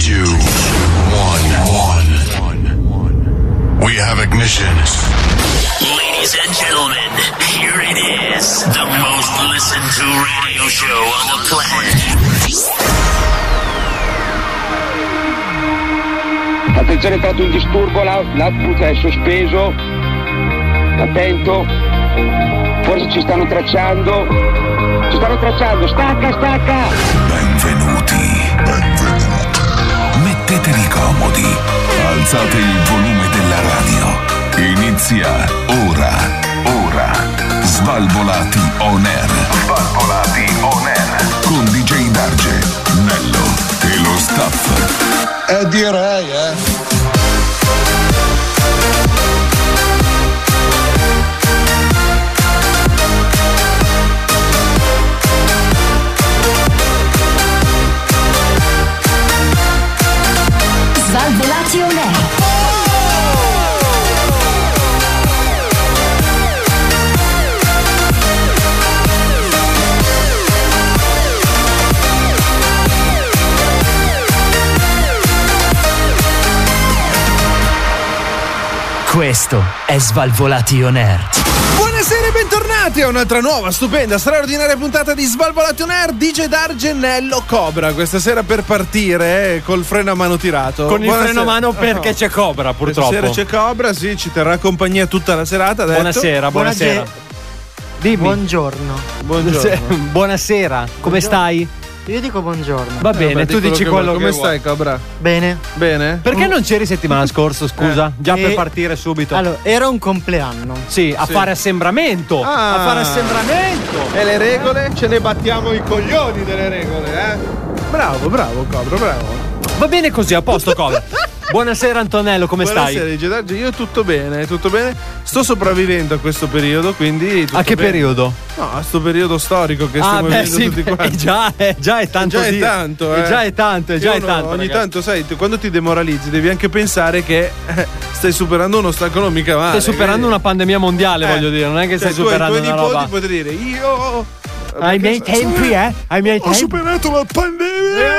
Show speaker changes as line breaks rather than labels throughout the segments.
two, one, one. We have ignition.
Ladies and gentlemen, here it is, the most listened to radio show on the planet.
Attenzione, è entrato un disturbo, l'out- l'output è sospeso. Attento. Forse ci stanno tracciando. Ci stanno tracciando. Stacca, stacca.
Benvenuti. Benvenuti. Mettetevi comodi. Alzate il volume della radio. Inizia ora. Ora. Svalvolati on air. Svalvolati on air. Con DJ Darge, Nello e lo staff.
Eh direi, eh.
Svalvolati on air.
Questo è Svalvolati On Air.
Buonasera e bentornati a un'altra nuova, stupenda, straordinaria puntata di Svalvolati on Air DJ D'Argenello Cobra. Questa sera per partire eh, col freno a mano tirato.
Con il
Buonasera-
freno a mano perché c'è Cobra, purtroppo.
Stasera c'è Cobra, sì, ci terrà compagnia tutta la serata. ha detto.
Buonasera, buonasera.
Buongiorno.
Se-
Buongiorno.
Buonasera, come stai?
Io dico buongiorno.
Va
Eh,
bene,
vabbè,
tu
di
dici
che
quello
vuoi.
che
Come
vuoi.
stai, Cobra?
Bene.
Bene?
Perché non c'eri settimana scorsa, scusa? Già per
Eh.
partire subito.
Allora, era un compleanno.
sì, a
sì.
fare assembramento.
Ah.
A fare assembramento.
E le regole? Ce ne battiamo i coglioni delle regole, eh? Bravo, bravo, Cobra, bravo.
Va bene così, a posto Cobra. Buonasera Antonello, come
Buonasera,
stai?
DJ Darge. Io tutto bene, tutto bene. Sto sopravvivendo a questo periodo, quindi. tutto
A che
bene.
periodo?
No, a sto periodo storico che
Ah,
stiamo
beh,
vivendo
sì,
tutti
beh,
quanti.
già, eh, già è tanto.
già è
dire.
tanto,
Eh,
eh.
già è tanto, è già
Io
è
no,
tanto.
Ogni
ragazzi.
tanto, sai, tu- quando ti demoralizzi devi anche pensare che eh, stai superando un ostacolo mica male. cioè,
Stai superando una pandemia
Eh.
mondiale, voglio dire, non è che stai superando
i tuoi
una
nipoti
roba.
potrei dire io eh,
Ai miei tempi, eh? Ai miei
ho
tempi.
superato la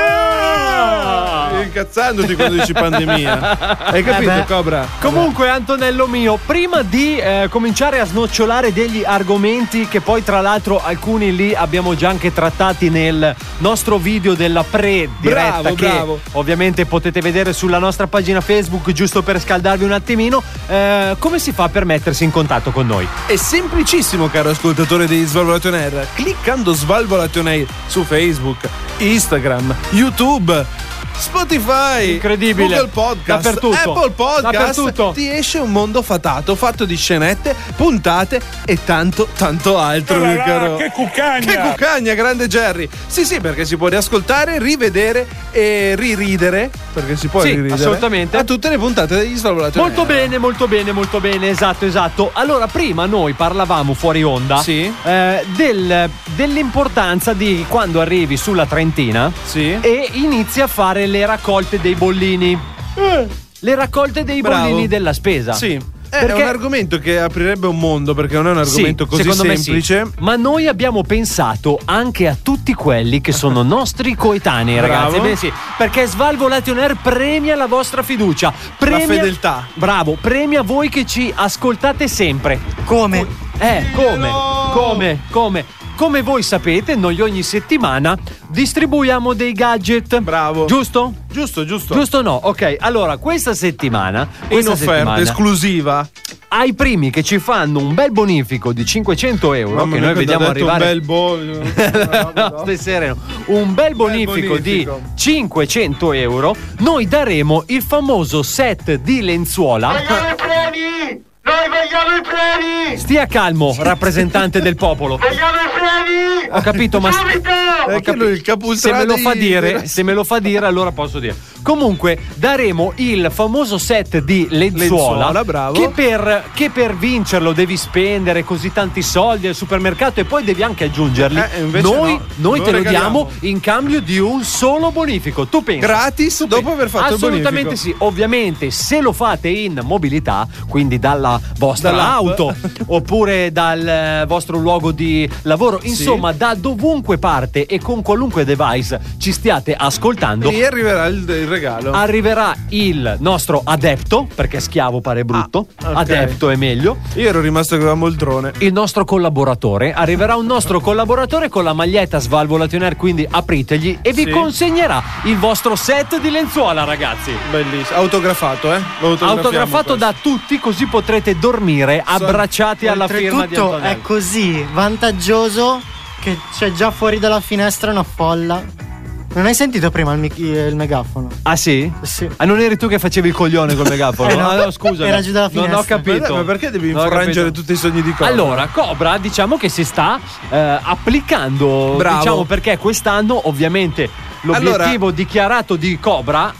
pandemia.
Ah!
Incazzandoti quando dici pandemia. Hai
Eh
capito,
beh.
Cobra?
Comunque, Antonello mio, prima di eh, cominciare a snocciolare degli argomenti, che poi, tra l'altro, alcuni li abbiamo già anche trattati nel nostro video della pre-diretta,
Bravo,
che
bravo.
ovviamente potete vedere sulla nostra pagina Facebook, giusto per scaldarvi un attimino. eh, come si fa per mettersi in contatto con noi?
È semplicissimo, caro ascoltatore di Svalvolation Air. Cliccando Svalvolation Air su Facebook, Instagram, YouTube, Spotify,
Incredibile.
Google Podcast,
Dappertutto.
Apple Podcast,
Dappertutto.
ti esce un mondo fatato fatto di scenette, puntate e tanto, tanto altro.
Ah,
mio caro. Che cuccagna! Che cuccagna, grande Jerry! Sì, sì, perché si può riascoltare, rivedere e riridere. Perché si può
Sì,
riridere
assolutamente.
a tutte le puntate degli Svalvolation
Molto
Air.
bene, molto bene, molto bene, esatto, esatto. Allora, prima noi parlavamo fuori onda
Sì.
eh, del- dell'importanza di quando arrivi sulla Trentina
Sì.
e inizi a fare le raccolte dei bollini. Le raccolte dei
Eh. Bravo.
bollini della spesa.
Sì. Eh, È
Perché-
un argomento che aprirebbe un mondo perché non è un
Sì,
argomento così
secondo me
semplice.
sì. Ma noi abbiamo pensato anche a tutti quelli che sono nostri coetanei,
Bravo.
ragazzi. Beh, sì, perché Svalvolation Air premia la vostra fiducia, premia
fedeltà.
Bravo, premia voi che ci ascoltate sempre.
Come?
Eh, come? Come? Come? Come voi sapete, noi ogni settimana distribuiamo dei gadget.
Bravo.
Giusto?
Giusto, giusto.
Giusto o no? Ok, allora questa settimana
In
questa
offerta
settimana,
esclusiva.
ai primi che ci fanno un bel bonifico di 500 euro,
Mamma
che noi
mia, quando
vediamo
ha detto
arrivare.
un bel bollo.
No, stai sereno. Un bel bonifico,
bonifico.
di 500 euro. Noi daremo il famoso set di lenzuola.
Vogliamo i premi! Noi vogliamo i premi!
Stia calmo, rappresentante del popolo.
Vogliamo i premi!
Ho capito, ma.
Subito!
Ho
È che
capito.
lui il
se
capustrà
me lo fa
dei-
dire, se me lo fa dire, allora posso dire. Comunque, daremo il famoso set di lenzuola.
Lenzuola, bravo.
Che per, che per vincerlo devi spendere così tanti soldi al supermercato e poi devi anche aggiungerli.
Eh, invece
noi
no.
noi
Lo
te lo
regaliamo.
diamo in cambio di un solo bonifico. Tu pensi?
Gratis dopo aver fatto il
Assolutamente
bonifico.
sì, ovviamente se lo fate in mobilità, quindi dalla dalla vostra
Dall'app.
auto oppure dal eh, vostro luogo di lavoro. Insomma, da dovunque parte e con qualunque device ci stiate ascoltando.
Lì arriverà il, il regalo.
Arriverà il nostro adepto, perché schiavo pare brutto,
Ah, ok.
adepto è meglio.
Io ero rimasto con la Moldrone.
Il nostro collaboratore, arriverà un nostro collaboratore con la maglietta Svalvolationer, quindi apritegli e vi
Sì.
consegnerà il vostro set di lenzuola, ragazzi.
Bellissimo. Autografato, eh? Lo autografiamo
Autografato
questo.
da tutti, così potrete dormire abbracciati alla firma di
Oltretutto ecco. è
Antonello.
così vantaggioso che c'è già fuori dalla finestra una folla. Non hai sentito prima il, mic- il megafono?
Ah sì?
Sì.
Ah, non eri tu che facevi il coglione col megafono?
Eh, no.
Ah, scusa.
Era giù dalla
Non ho
finestra.
capito.
Ma perché devi
Non ho
infrangere
capito.
tutti i sogni di Cobra?
Allora, Cobra diciamo che si sta eh, applicando.
Bravo.
Diciamo perché quest'anno, ovviamente, l'obiettivo
Allora-
dichiarato di Cobra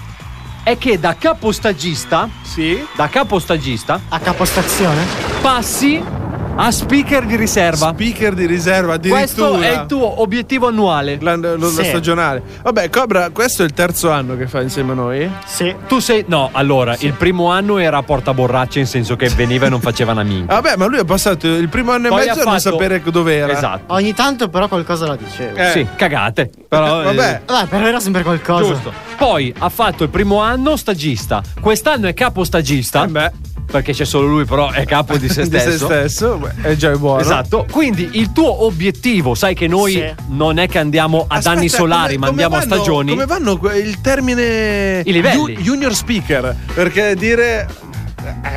è che da capostagista,
Sì.
da capostagista,
A capostazione?
passi a speaker di riserva.
Speaker di riserva, addirittura.
Questo è il tuo obiettivo annuale.
La, lo- la
Sì.
stagionale. Vabbè, Cobra, questo è il terzo anno che fa insieme a noi.
Sì.
Tu sei. No, allora, il primo anno era a porta borraccia, in senso che veniva e non faceva una minchia.
Vabbè, ma lui ha passato il primo anno e
Poi
mezzo
ha
a non
fatto-
sapere dove era.
Esatto.
Ogni tanto però qualcosa la dicevo.
Eh.
Sì, cagate. Però. eh,
Vabbè.
Vabbè, però era sempre qualcosa.
Giusto. Poi ha fatto il primo anno stagista. Quest'anno è capo stagista.
Eh beh.
Perché c'è solo lui, però è capo di se
Di
stesso.
se stesso, beh, è già buono.
Esatto, quindi il tuo obiettivo, sai che noi
Sì.
non è che andiamo ad
Aspetta,
anni solari,
come-
ma
come
andiamo
vanno-
a stagioni.
Come vanno que- il termine
I livelli.
Ju- junior speaker? Perché dire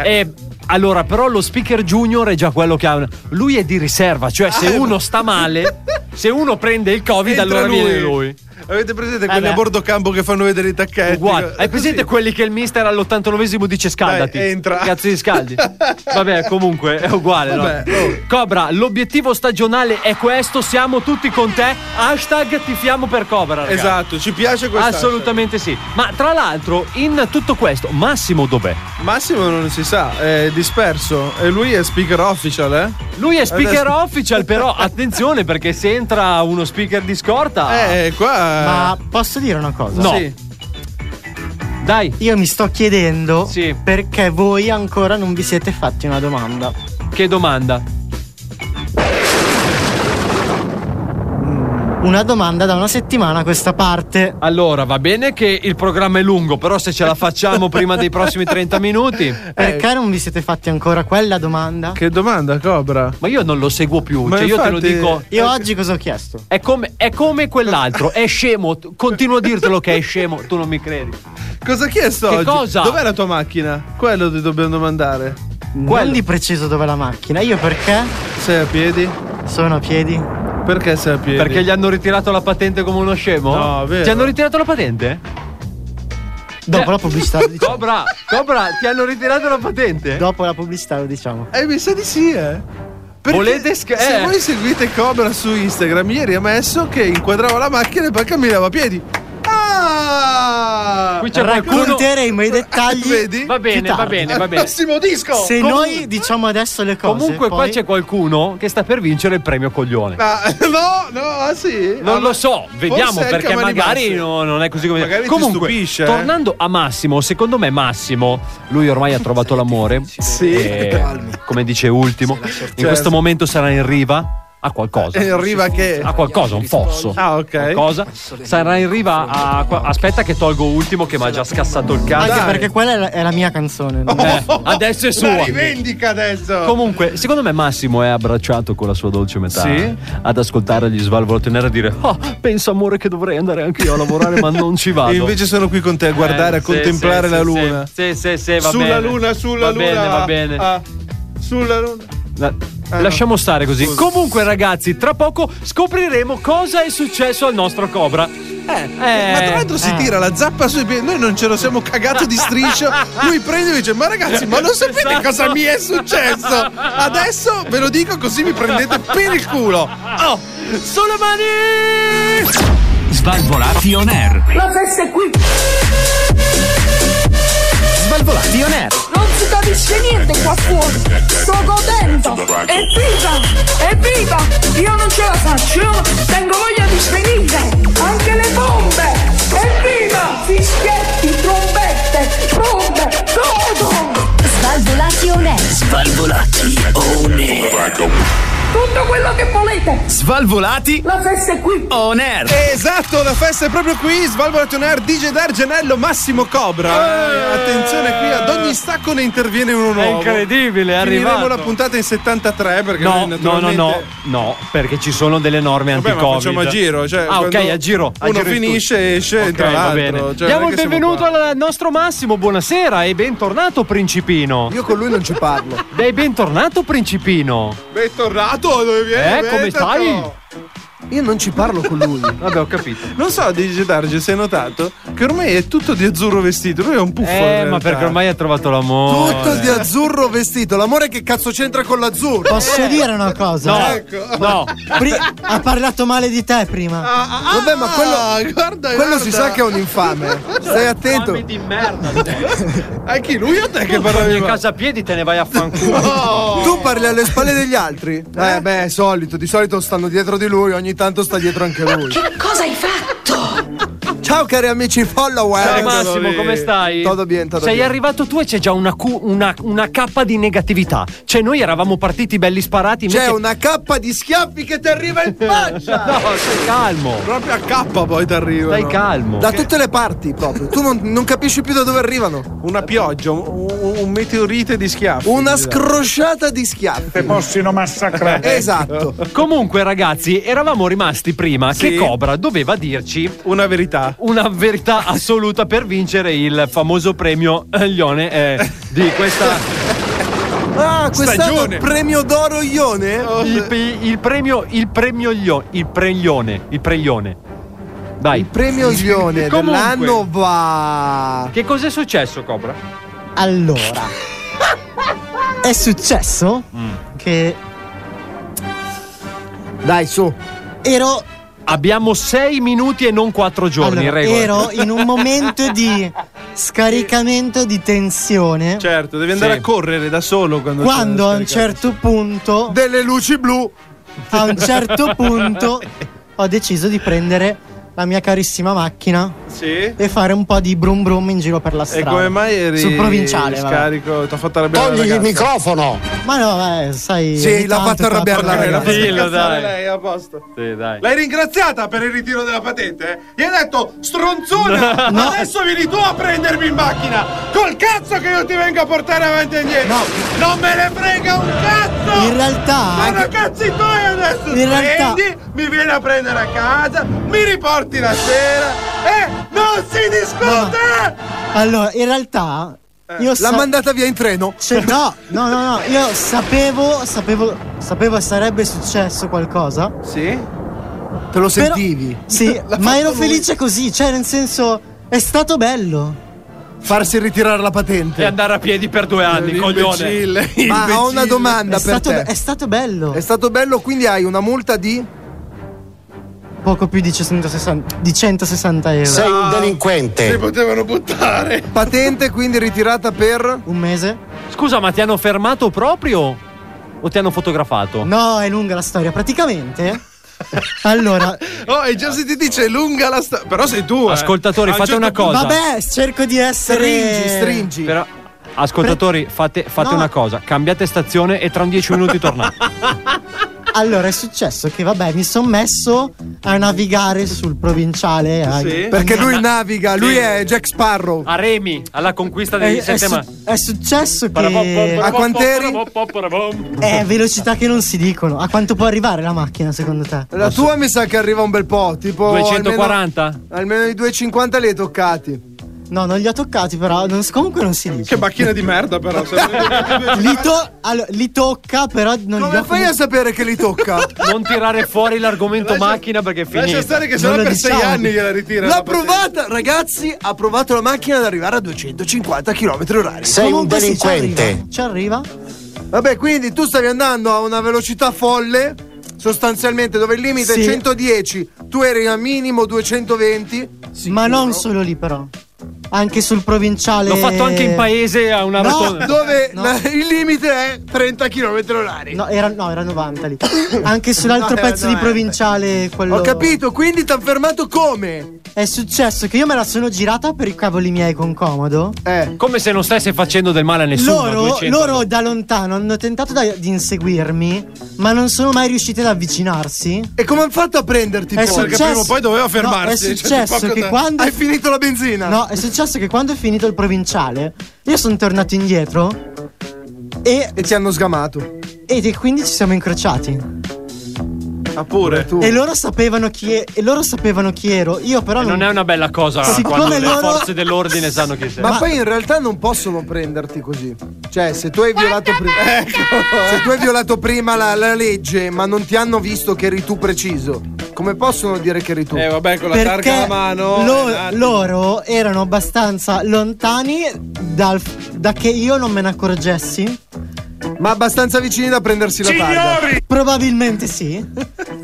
Eh.
E Eh, allora, però, lo speaker junior è già quello che ha. Lui è di riserva, cioè se
Ah,
uno
eh.
sta male, se uno prende il COVID,
entra
allora viene lui.
Avete presente quelli
beh.
a bordo campo che fanno vedere i tacchetti?
Uguale. Hai presente
quelli
quelli che il mister all'89esimo dice scaldati?
Dai, entra.
Cazzo di scaldi. Vabbè, comunque è uguale. no?
Vabbè, oh.
Cobra, l'obiettivo stagionale è questo. Siamo tutti con te. Hashtag tifiamo per Cobra. raga.
Esatto, ci piace questo.
Assolutamente sì. Ma tra l'altro, in tutto questo, Massimo dov'è?
Massimo non si sa, è disperso. E lui è speaker official, eh?
Lui è speaker
Adesso-
official, però attenzione perché se entra uno speaker di scorta.
Eh, qua.
Ma posso dire una cosa?
No.
Sì.
Dai.
Io mi sto chiedendo
Sì.
perché voi ancora non vi siete fatti una domanda.
Che domanda?
Mm. Una domanda da una settimana a questa parte.
Allora, va bene che il programma è lungo, però se ce la facciamo prima dei prossimi 30 minuti.
Eh.
Perché non vi siete fatti ancora quella domanda?
Che domanda, Cobra?
Ma io non lo seguo più,
Ma
cioè io te
infatti- eh,
lo dico.
Io oggi cosa ho chiesto?
È come, è come quell'altro, è scemo. t- Continuo a dirtelo che è scemo, tu non mi credi.
Cosa ha chiesto
Che
oggi?
cosa?
Dov'è la tua macchina? Quello ti dobbiamo domandare.
Non di preciso dove è la macchina. Io perché
Sei a piedi?
sono a piedi?
Perché sei a piedi?
Perché gli hanno ritirato la patente come uno scemo?
No, vero.
Ti hanno ritirato la patente?
Dopo la pubblicità lo diciamo.
Cobra, Cobra, ti hanno ritirato la patente?
Dopo la pubblicità lo diciamo.
Eh, mi sa di sì, eh. Perché
Volete sca-
se
eh.
voi seguite Cobra su Instagram, ieri ha messo che inquadrava la macchina e poi camminava a piedi. Ah!
Qui c'è qualcuno.
Racconteremo i dettagli.
Vedi?
Va
Più
bene,
tardi.
va bene, va
Al
bene.
prossimo disco!
Se
Comun-
noi diciamo adesso le cose.
Comunque, qua
poi-
c'è qualcuno che sta per vincere il premio coglione.
Ah, no, no, ah sì.
Non
Ah,
lo
ma-
so, vediamo
forse è il
perché
Cavani
magari
Bassi.
no- non è così come
Magari ti
Comunque,
stupisce, eh.
tornando a Massimo, secondo me Massimo, lui ormai ha trovato l'amore.
Sì.
E, come dice Ultimo, in questo mommomento sarà in riva a qualcosa.
E arriva che.
A qualcosa, un fosso.
Ah, ok.
Qualcosa. Sarà in riva a. qua- Aspetta, che tolgo Ultimo che mi ha già scassato il
Anche
cazzo.
Ah, Dai. Oh,
perché quella è la, è la mia canzone. no?
Eh, adesso è
La
sua.
rivendica adesso.
Comunque, secondo me Massimo è abbracciato con la sua dolce metà
Sì.
ad ascoltare gli svalvolatenere e dire "Ah, pensa amore che dovrei andare anche io a lavorare ma non ci vado".
E invece sono qui con te a guardare,
Eh,
a
sì,
contemplare
sì,
la
sì,
luna.
Sì, sì, sì, va
sulla
bene.
luna, sulla
va
luna.
Bene, va bene,
ah, sulla luna.
La-
no.
Lasciamo stare così.
Scusa.
Comunque, ragazzi, tra poco scopriremo cosa è successo al nostro Cobra. Eh,
ma tra l'altro si tira la zappa sui piedi. Noi non ce lo siamo cagato di striscio. Lui prende e dice: Ma ragazzi, ma non sapete
Esatto.
cosa mi è successo? Adesso ve lo dico così mi prendete per il culo. Oh,
Sulle mani!
Svalvolati on air.
La festa è qui,
Svalvolati on air.
non si capisce niente qua fuori. Sto godendo. Evviva! Evviva! Io non ce la faccio, io tengo voglia di svenire. Anche le bombe! Evviva! Fischietti, trombette, bombe, todo!
Svalvolati on air.
Svalvolati
Tutto quello che volete.
Svalvolati.
La festa è qui.
On air.
Esatto, la festa è proprio qui. Svalvolati on air, DJ D'Argenello, Massimo Cobra. Attenzione qui, ad ogni stacco ne interviene uno nuovo.
incredibile, Eh. è
Finiremo
arrivato.
la puntata in 73 perché
No, no,
noi
no,
naturalmente...
no, no, perché ci sono delle norme
Vabbè, ma
anti-covid.
facciamo a giro. Cioè,
ah, ok,
quando
a giro. a
Uno
giro in
finisce, esce,
tutto.
entra
Ok, va
l'altro.
bene.
Cioè, non
Diamo
è
il
che siamo
benvenuto al nostro Massimo, buonasera e bentornato Principino.
Io con lui non ci parlo.
Dai, bentornato Principino.
Bentornato, dove vieni?
Eh, come stai?
Io non ci parlo con lui.
Vabbè, ho capito.
Non so, DJ Darge, se hai notato che ormai è tutto di azzurro vestito. Lui è un puffo. in
Eh, ma
realtà.
perché ormai eh. ha trovato l'amore.
Tutto di azzurro vestito. L'amore che cazzo c'entra con l'azzurro? Eh. Ecco.
Posso dire una cosa?
No,
Ecco.
no.
Pri- ha parlato male di te
Ah,
prima.
Vabbè, ma quello,
guarda,
quello
guarda.
si sa che è un infame. Stai attento.
di merda.
A chi? Lui o te che
Che
parlavi?
parli casa a piedi te ne vai a fanculo.
Tu parli alle spalle degli altri? Eh, beh, è solito. Di solito stanno dietro di lui, ogni tanto sta dietro anche lui.
Che cosa hai fatto?
Ciao, cari amici follower. Ecco,
Ciao Massimo, come stai?
Todo bien, todo
Sei
bien.
arrivato tu e c'è già una, Q- una, una K di negatività. Cioè, noi eravamo partiti belli sparati. Invece...
C'è una K di schiaffi che ti arriva in faccia.
No, stai calmo.
Proprio a K poi ti arriva.
Stai calmo.
Da tutte le parti proprio. Tu non, non capisci più da dove arrivano.
Una pioggia, un, un meteorite di schiaffi.
Una scrosciata di schiaffi.
Possino massacrare.
Esatto.
Comunque, ragazzi, eravamo rimasti prima
Sì.
che Cobra doveva dirci
Una verità.
una verità assoluta per vincere il famoso premio eh, Lione eh, di questa.
Ah, quest'anno
Stagione.
premio d'oro Ione?
Il, pe- il premio. Il premio Lione. Il preglione. Il preglione. Dai.
Il premio Ione
Comunque.
dell'anno va.
Che cos'è successo, Cobra?
Allora, è successo che
Dai, su.
ero,
Abbiamo sei minuti e non quattro giorni,
allora,
regola.
ero in un momento di scaricamento di tensione.
Certo, devi andare
Sì.
a correre da solo quando
quando a
c'è
un certo punto,
Delle luci blu.
a un certo punto, ho deciso di prendere la mia carissima macchina
Sì.
e fare un po' di brum brum in giro per la
E
strada.
come mai eri
Sul provinciale, vabbè.
scarico? Ti ha fatto arrabbiare la ragazza?
microfono!
Ma no, vabbè, sai.
Sì,
ogni
l'ha
tanto
fatto arrabbiare la
capita,
ragazza.
ragazzi.
Dillo, dai.
Eh,
Lei, a posto.
Sì, dai.
L'hai ringraziata per il ritiro della patente? eh? Gli hai detto stronzone!
No.
Adesso vieni tu a prendermi in macchina! Col cazzo che io ti venga a portare avanti e indietro!
No.
Non me ne frega un cazzo!
In realtà-
Sono cazzi tuoi adesso!
In realtà-
Prendi, mi vieni a prendere a casa, mi riporti la sera eh? e non si discute!
Allora, in realtà. Io
Eh, L'ha
sa-
mandata via in treno.
Cioè, no, no, no, no, io sapevo, sapevo, sapevo che sarebbe successo qualcosa.
Sì?
Te
però-
lo sentivi?
Sì, ma ero felice così, cioè nel senso, è stato bello.
Farsi ritirare la patente.
E andare a piedi per due anni, coglione.
Ma ho una
È
domanda per
stato,
te.
è stato bello.
È stato bello, quindi hai una multa di.
Poco più di 160, di 160 euro.
Sei un
Ah.
delinquente!
potevano buttare!
Patente, quindi ritirata per.
Un mese?
Scusa, ma ti hanno fermato proprio? O ti hanno fotografato?
No, è lunga la storia. Praticamente, allora,
Oh, e già se ti dice lunga la sta. Però sei tu. eh.
Ascoltatori,
A un
fate
certo
una
punto-
cosa.
vabbè, cerco di essere.
Stringi, stringi.
Però, ascoltatori, fate, fate
No.
una cosa: cambiate stazione e tra un 10 minuti tornate.
Allora, è successo che, vabbè, mi sono messo a navigare sul provinciale. a-
Sì.
Perché lui naviga, lui è Jack Sparrow.
A Remi, alla conquista
È,
dei
è
sette
su-
ma-
è successo che.
A quant'eri?
È velocità che non si dicono. A quanto può arrivare la macchina, secondo te?
La tua mi sa che arriva un bel po', tipo.
240?
Almeno, almeno i 250 li hai toccati.
No, non li ho toccati, però. non- comunque non si dice.
Che macchina di merda, però. se-
Li, to- allora, li tocca, però non li
Come
ho.
fai a sapere che li tocca?
Non tirare fuori l'argomento macchina perché è
Lascia
finita.
stare che
Non
sennò
lo
per
diciamo.
sei anni gliela ritira.
L'ha
la patente.
provata, ragazzi, ha provato la macchina ad arrivare a 250 km orari.
Sei un
Comunque sì, ci
delinquente!
arriva, ci arriva.
Vabbè, quindi tu stavi andando a una velocità folle, sostanzialmente dove il limite
Sì.
è 110, tu eri a minimo 220.
Ma non solo lì, però. anche sul provinciale.
L'ho fatto anche in paese a una
No,
rotonda.
Dove la- il limite è 30 km orari.
No, era, no, era 90 lì. Anche sull'altro
No, era
pezzo di
90.
provinciale. Quello...
Ho capito, quindi ti hanno fermato come?
È successo che io me la sono girata per i cavoli miei con comodo.
Eh.
Come se non stesse facendo del male a nessuno.
Loro,
200.
loro da lontano hanno tentato da- di inseguirmi, ma non sono mai riusciti ad avvicinarsi.
E come hanno fatto a prenderti?
È
poi? Perché
successo-
prima o poi doveva
No,
fermarsi,
è
cioè,
successo
poco
che
da-
quando.
Hai finito la benzina?
No, è successo che quando è finito il provinciale, io sono tornato indietro. E,
ti hanno sgamato.
Ed e quindi ci siamo incrociati.
Ah, pure.
E loro sapevano chi e- e loro sapevano chi ero. Io però
E
non.
non è una bella cosa
Siccome
quando le
loro-
forze dell'ordine sanno chi sei.
Ma, poi in realtà non possono prenderti così. Cioè, se tu hai violato prima, se tu hai violato prima la, la legge, ma non ti hanno visto che eri tu preciso, come possono dire che eri tu?
Eh, vabbè, con la targa alla
Perché
mano.
lo-
eh, dai.
loro erano abbastanza lontani dal, da che io non me ne accorgessi.
Ma abbastanza vicini da prendersi la targa.
Probabilmente sì.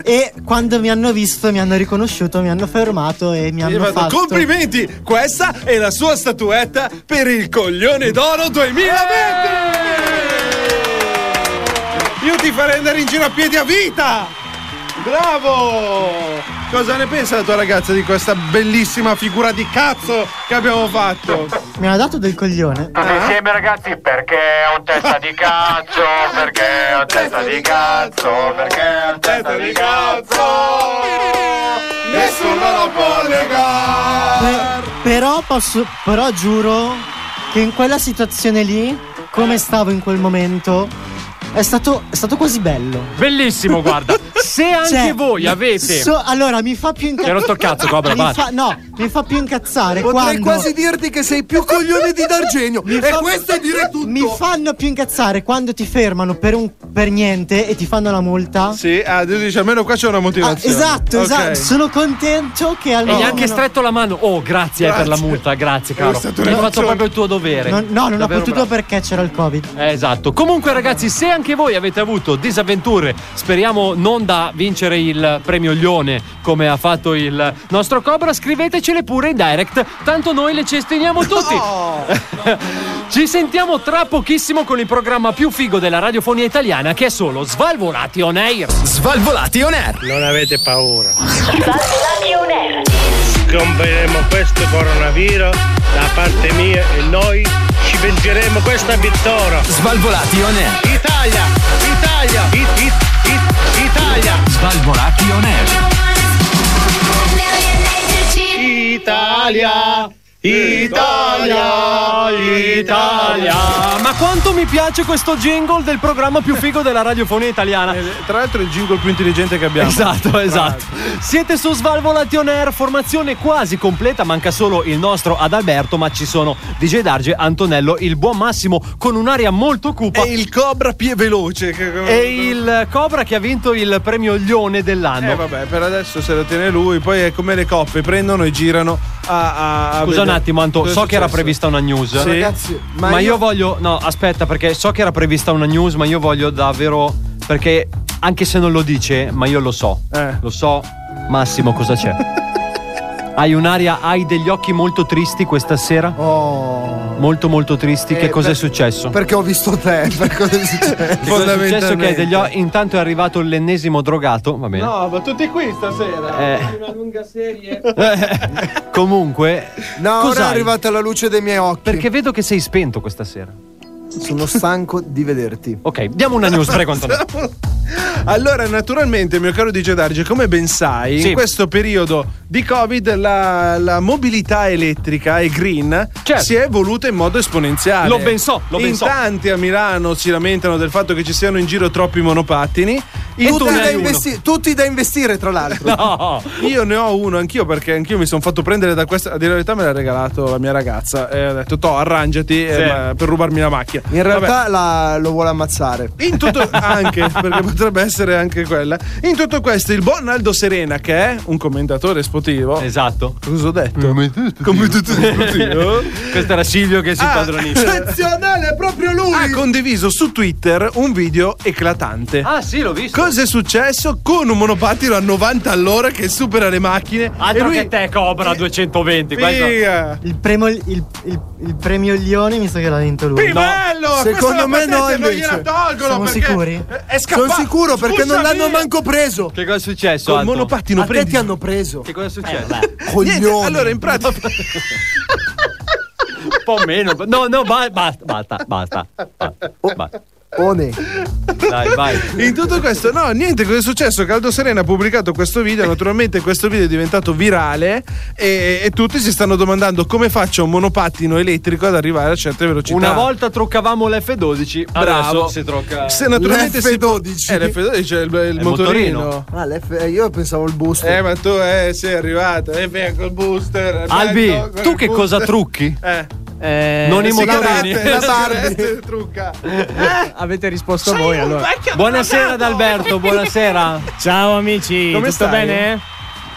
e quando mi hanno visto, mi hanno riconosciuto, mi hanno fermato e mi
Gli
hanno
vado,
fatto.
Complimenti! Questa è la sua statuetta per il coglione d'oro 2020! Io ti farei andare in giro a piedi a vita! Bravo! Cosa ne pensa la tua ragazza di questa bellissima figura di cazzo che abbiamo fatto?
Mi hanno dato del coglione.
Insieme ragazzi perché ho testa di cazzo, perché ho testa di cazzo, perché ho testa di cazzo. Nessuno lo può negare.
Beh, però posso. Però giuro che in quella situazione lì, come stavo in quel momento, è stato, è stato quasi bello.
Bellissimo, guarda. Se anche
Cioè,
voi avete.
so- allora, mi fa più
Ti hai
incazzare.
rotto il cazzo, Cobra,
mi
basta.
fa, no, mi fa più incazzare
Potrei
quando.
quasi dirti che sei più coglione di D'Argenio.
Mi
e
fa-
questo è dire tutto.
Mi fanno più incazzare quando ti fermano per, un, per niente e ti fanno la multa.
Sì, ah, tu dici almeno qua c'è una
Ah,
motivazione.
esatto,
Ok.
esatto. Sono contento che
E
almeno.
gli ha anche stretto la mano. Oh, grazie, eh, per la multa, grazie, caro. Hai
stato una
fatto
emozione.
proprio il tuo dovere.
Non- no, non ho
Davvero
potuto perché c'era il Covid.
Eh, Esatto, comunque ragazzi se anche voi avete avuto disavventure, speriamo non da vincere il premio Lione come ha fatto il nostro Cobra, scrivetecele pure in direct, tanto noi le cestiniamo tutti. Ci sentiamo tra pochissimo con il programma più figo della radiofonia italiana che è solo Svalvolati on Air. Svalvolati on Air.
Non avete paura. Scomperemo questo coronavirus da parte mia e noi ci vengeremo questa vittoria.
Svalvolati on air.
Italia, Italia, it, it, it, Italia.
Svalvolati on air.
Italia, Italia, Italia.
Ah, ma quanto mi piace questo jingle del programma più figo della
Ah,
radiofonia italiana.
Eh, Tra l'altro è il jingle più intelligente che abbiamo.
Esatto, esatto. Siete su Svalvolati On Air, formazione quasi completa, manca solo il nostro Adalberto, ma ci sono DJ Darge, Antonello, il buon Massimo con un'aria molto cupa. E
il Cobra più veloce.
E il Cobra che ha vinto il premio Lione dell'anno.
Eh vabbè, per adesso se lo tiene lui, poi è come le coppe, prendono e girano a... a- a
Scusa un
vedere.
attimo, Anto,
Cosa è
so che era
successo?
prevista una news.
Sì. Ragazzi,
ma,
ma
io...
io
voglio. No, aspetta, perché so che era prevista una news, ma io voglio davvero. Perché anche se non lo dice, ma io lo so.
Eh.
Lo so, Massimo, cosa c'è? hai un'aria, hai degli occhi molto tristi questa sera?
Oh.
Molto, molto tristi. che
Eh,
cos'è
per-
successo?
Perché ho visto te, per cosa è successo?
Che cosa è successo? Che hai degli o- intanto è arrivato l'ennesimo drogato, va bene.
No, ma tutti qui stasera.
Eh.
Una lunga serie.
Comunque,
No, ora è
cos'hai?
arrivata la luce dei miei occhi.
Perché vedo che sei spento questa sera.
Sono stanco di vederti.
Ok, diamo una news, prego Antonio.
Allora, naturalmente, mio caro DJ Darge, come ben sai,
Sì.
in questo periodo di Covid la, la mobilità elettrica e green si è evoluta in modo esponenziale.
Certo. Lo ben so, lo ben
in
so.
tanti a Milano si lamentano del fatto che ci siano in giro troppi monopattini.
E tu ne hai uno.
tutti da investire, tra l'altro.
No.
Io ne ho uno anch'io perché anch'io mi sono fatto prendere da questa. A dire la verità, me l'ha regalato la mia ragazza. E ho detto, Toh, arrangiati eh,
Sì.
ma- per rubarmi la macchina.
In
Vabbè.
realtà la- lo vuole ammazzare.
In tutto, anche perché potrebbe essere anche quella. In tutto questo, il buon Aldo Serena, che è un commentatore sportivo.
Esatto.
Cosa ho detto? Come tutto sportivo. Ah,
Questo era Silvio che si padronizza.
Eccezionale, è proprio lui! Ha condiviso su Twitter un video eclatante.
Ah, sì, l'ho visto.
Cosa è successo con un monopattino a 90 all'ora che supera le macchine?
Altro
e lui
che te, Cobra 220. questo-
Il, premio, il, il- il premio Lione mi sa che l'ha vinto lui.
Pivello!
Secondo me no,
noi
invece.
Siamo sicuri?
È
Sono Ah, sicuro perché non l'hanno manco preso.
Che cosa è successo?
Col
Aldo?
monopattino A te prendi- ti hanno preso.
Che cosa è successo?
Coglione.
allora in pratica
un po' meno. No, no, ba- basta, basta, basta. basta. Dai, vai.
In tutto questo, no, niente, cosa è successo? Caldo Serena ha pubblicato questo video, naturalmente questo video è diventato virale e, e tutti si stanno domandando come faccia un monopattino elettrico ad arrivare a certe velocità.
Una volta truccavamo l'F12,
Bravo.
adesso si trucca.
Se naturalmente si può- Eh, l'F12 è il, il motorino.
Ah, l'F- eh, io pensavo il booster.
Eh, ma tu eh, sei arrivato, eh, via col booster.
Albi,
bello, col
tu che
booster.
cosa trucchi?
Eh.
non i
sigarette,
motorini.
la
Barbie.
trucca.
Avete risposto voi allora.
Buonasera ad Alberto, buonasera.
Ciao amici,
Come
tutto
stai?
bene?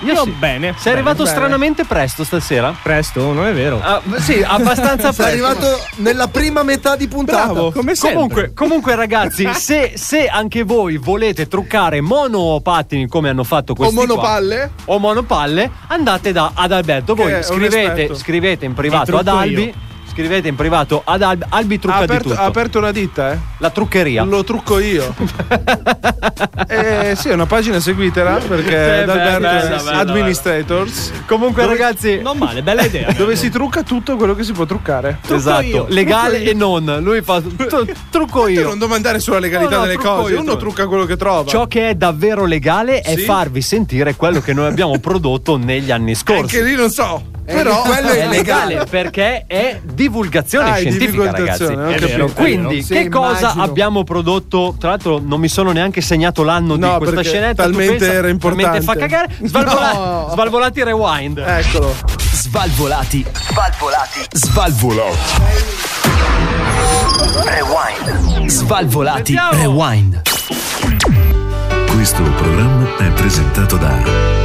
Io
Sto
sì.
bene.
Sei
bene,
arrivato
bene.
stranamente presto stasera?
Presto, non è vero.
Ah, sì, abbastanza presto.
Sei arrivato nella prima metà di puntata.
Bravo. comunque, comunque, ragazzi, se, se anche voi volete truccare monopattini come hanno fatto questi qua,
monopalle?
o monopalle, andate da ad Alberto.
Che è
Voi
un
scrivete,
esperto.
scrivete in
Mi
privato ad
trucco
Albi.
io.
Scrivete in privato ad Albi. Albi trucca
Ha
di
aperto,
tutto.
ha aperto una ditta, eh.
La truccheria.
Lo trucco io. eh, sì, è una pagina seguitela perché
Sì,
ad Alberto
bella, bella, bella,
Administrators.
Comunque, ragazzi,
non male, bella idea.
Dove si trucca tutto quello che si può truccare.
Esatto, legale e non. Lui fa tru- trucco io.
non domandare sulla legalità
No, no,
delle
trucco
cose,
io,
uno
trucco.
trucca quello che trova.
Ciò che è davvero legale è
Sì?
farvi sentire quello che noi abbiamo prodotto negli anni scorsi.
Anche lì non so.
Eh,
Però
perché è divulgazione
Ah, è
scientifica,
divulgazione, ho
ragazzi.
È capito. vero, è vero.
Quindi,
Sì,
che cosa
immagino.
abbiamo prodotto? Tra l'altro, non mi sono neanche segnato l'anno di
No,
questa
perché
scenetta. tu
talmente
pensa,
era
Talmente
importante.
fa cagare. Svalvola-
No.
Svalvolati rewind.
Eccolo.
Svalvolati. Svalvolati. Svalvolati. Rewind. Svalvolati. Rewind.
Questo programma è presentato da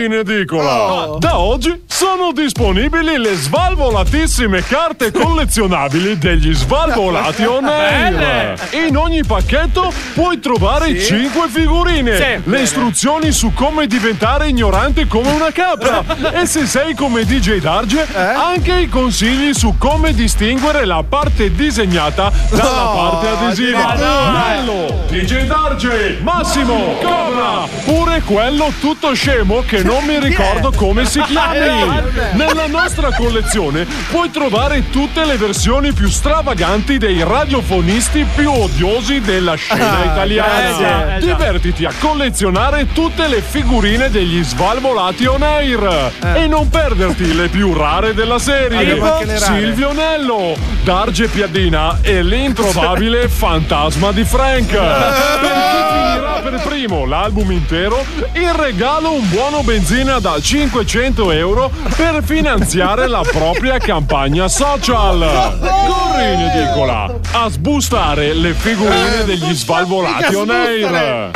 In edicola!
Oh.
Ah, Da oggi sono disponibili le svalvolatissime carte collezionabili degli Svalvolati On Air.
Belle!
In ogni pacchetto puoi trovare
Sì.
5 figurine,
Sì,
le
bene.
istruzioni su come diventare ignorante come una capra e se sei come DJ Darge
Eh?
anche i consigli su come distinguere la parte disegnata dalla
No,
parte adesiva.
addirittura.
Bello! DJ Darge, Massimo, Cobra, pure quello tutto scemo che non mi ricordo come si
Eh,
chiami. Nella nostra collezione puoi trovare tutte le versioni più stravaganti dei radiofonisti più odiosi della scena
Ah,
italiana.
eh già, eh già.
Divertiti a collezionare tutte le figurine degli svalvolati on air
Eh.
e non perderti le più rare della serie.
Abbiamo anche le rare.
Silvio Nello, Darge Piadina e l'introvabile fantasma di Frank. Perché finirà per primo l'album intero, in regalo un buono benzina da 500 euro per finanziare la propria campagna social. Corri in edicola a sbustare le figurine degli svalvolati on air.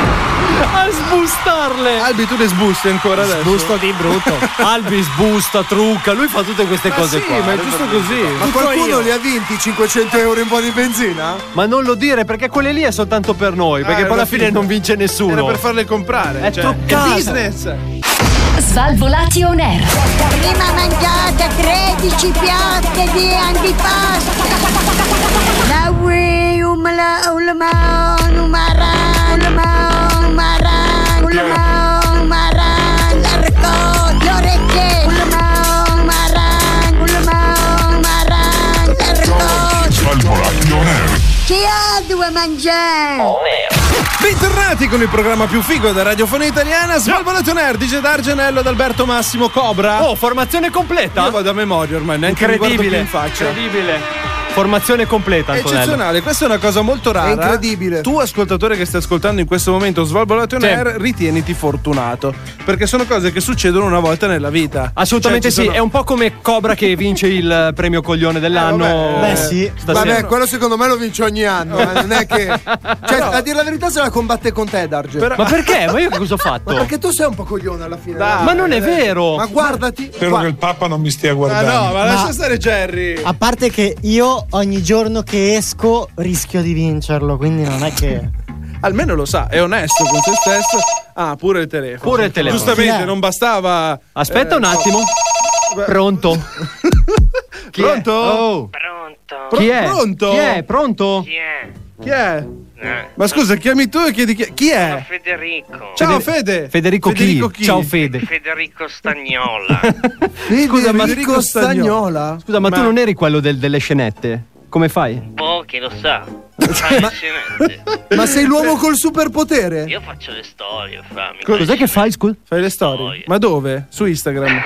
A sbustarle.
Albi, tu le sbusti ancora adesso.
Sbusto di brutto.
Albi sbusta, trucca. Lui fa tutte queste
Ma
cose
sì,
qua.
ma è giusto così. Ma
Tutto
qualcuno
io.
li ha vinti 500 euro in buoni benzina?
Ma non lo dire perché quelle lì è soltanto per noi. Perché
era
poi alla
per-
fine non vince nessuno.
Era per farle comprare.
È
cioè.
truccato.
È business.
Svalvolati on air.
Prima mangiate 13 piatte di antipasto. La ui, umla, ulma, umara, ulma, umara, ulma, umara, l'arco, l'orecchie, ulma, umara, ulma, umara, l'arco.
Svalvolati on air.
Chi ha due mangiare?
Bentornati con il programma più figo della radiofonia italiana Svalvolato Nerd, dice D'Argenello ad Alberto Massimo Cobra
Oh, formazione completa
Io vado a memoria ormai, neanche mi guardo più
Incredibile.
in faccia
Incredibile. Formazione completa,
È
Antonello.
eccezionale, questa è una cosa molto rara.
È incredibile.
Tu, ascoltatore che stai ascoltando in questo momento Svalvolato
Sì.
Air, ritieniti fortunato. Perché sono cose che succedono una volta nella vita. Cioè,
Assolutamente sì, è un po' come Cobra che vince il eh, premio coglione dell'anno.
Beh, sì.
Stasera.
Eh, Vabbè, quello secondo me lo vince ogni anno. eh, Non è che. Cioè, a dire la verità, se la combatte con te, Darge.
Ma perché? Eh, Ma io che cosa ho fatto?
Ma perché tu sei un po' coglione alla fine.
Dai, Ma non è vero.
Ma guardati.
Spero che il Papa non mi stia
guardando.
no, Ah, ma,
Ma-
lascia stare Jerry.
A parte che io io ogni giorno che esco rischio di vincerlo, quindi non è che...
Almeno lo sa, è onesto con se stesso. Ah, pure il telefono.
Pure il telefono.
Giustamente,
Chi è?
non bastava. eh, oh.
Aspetta un attimo. Pronto? Chi è?
Pronto?
Oh.
Pro-
Chi è?
Pronto?
Chi è? Pronto?
Chi è? Chi è? Ma scusa, chiami tu e chiedi chi, chi è?
Federico.
Ciao Fede.
Federico chi? Ciao, Fede.
Federico Stagnola.
Scusa, ma-
Federico Stagnola?
Scusa, ma,
Ma-
tu non eri quello del- delle scenette? Come fai?
Pochi Boh, lo sa. Allucinante.
Ma sei l'uomo col superpotere?
Io faccio le storie, fra. mi
Cos'è
che fai, scusa?
Fai le storie. Ma dove? Su Instagram.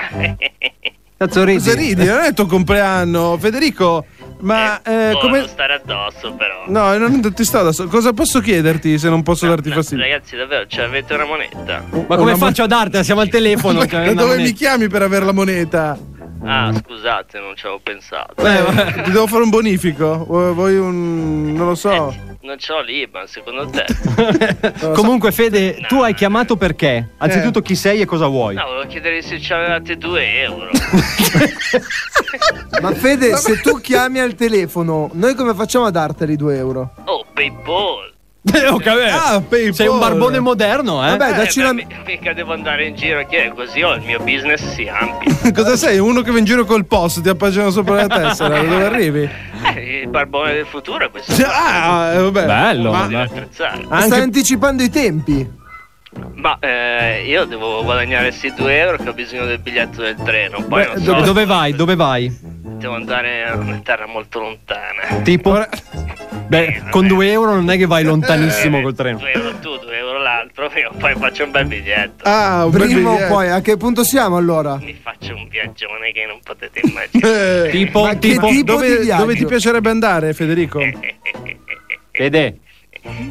Cazzo ridi?
Cosa ridi? Non è il tuo compleanno, Federico. Ma eh,
Buono
come.
Boh, stare addosso, però.
No, non ti sto da solo. Cosa posso chiederti se non posso darti fastidio?
Ragazzi, davvero, cioè, avete una moneta?
Ma come faccio a dartela? Siamo al telefono. cioè,
Da dove mi chiami per avere la moneta?
Ah, scusate, non ci avevo pensato.
Eh, ti devo fare un bonifico? Vuoi vuoi un. non lo so.
Non c'ho l'Iban, secondo te?
Comunque, Fede, tu hai chiamato perché? Anzitutto, chi sei e cosa vuoi?
Eh. No, volevo chiedere se ci avevate 2 euro.
Ma Fede, se tu chiami al telefono, noi come facciamo a darteli 2 euro?
Oh, Paypal.
Ah, PayPal.
Eh, Sei un barbone moderno, eh?
Vabbè, dacci la.
beh, mi- Mica devo andare in giro, che è così ho il mio business si amplia.
Cosa sei? Uno che va in giro col post, ti appaggiano sopra la tessera. Dove arrivi?
Eh, il barbone del futuro è questo.
Ah, eh, vabbè.
Bello.
Ma-
Devi attrezzare.
Stai anticipando i tempi.
Ma eh, io devo guadagnare questi 2 euro che ho bisogno del biglietto del treno. Poi non
Beh,
so,
dove, dove vai? Dove vai?
devo andare a una terra molto lontana.
Tipo? Beh, con 2 euro non è che vai lontanissimo
Eh,
col treno.
2 euro tu, 2 euro l'altro, io poi faccio un bel biglietto.
Ah,
un bel
Prima o
biglietto.
poi, a che punto siamo allora?
Mi faccio un viaggione che non potete immaginare.
Eh,
Tipo-
ma che
tipo-
di
dove,
viaggio?
dove ti piacerebbe andare, Federico?
Fede.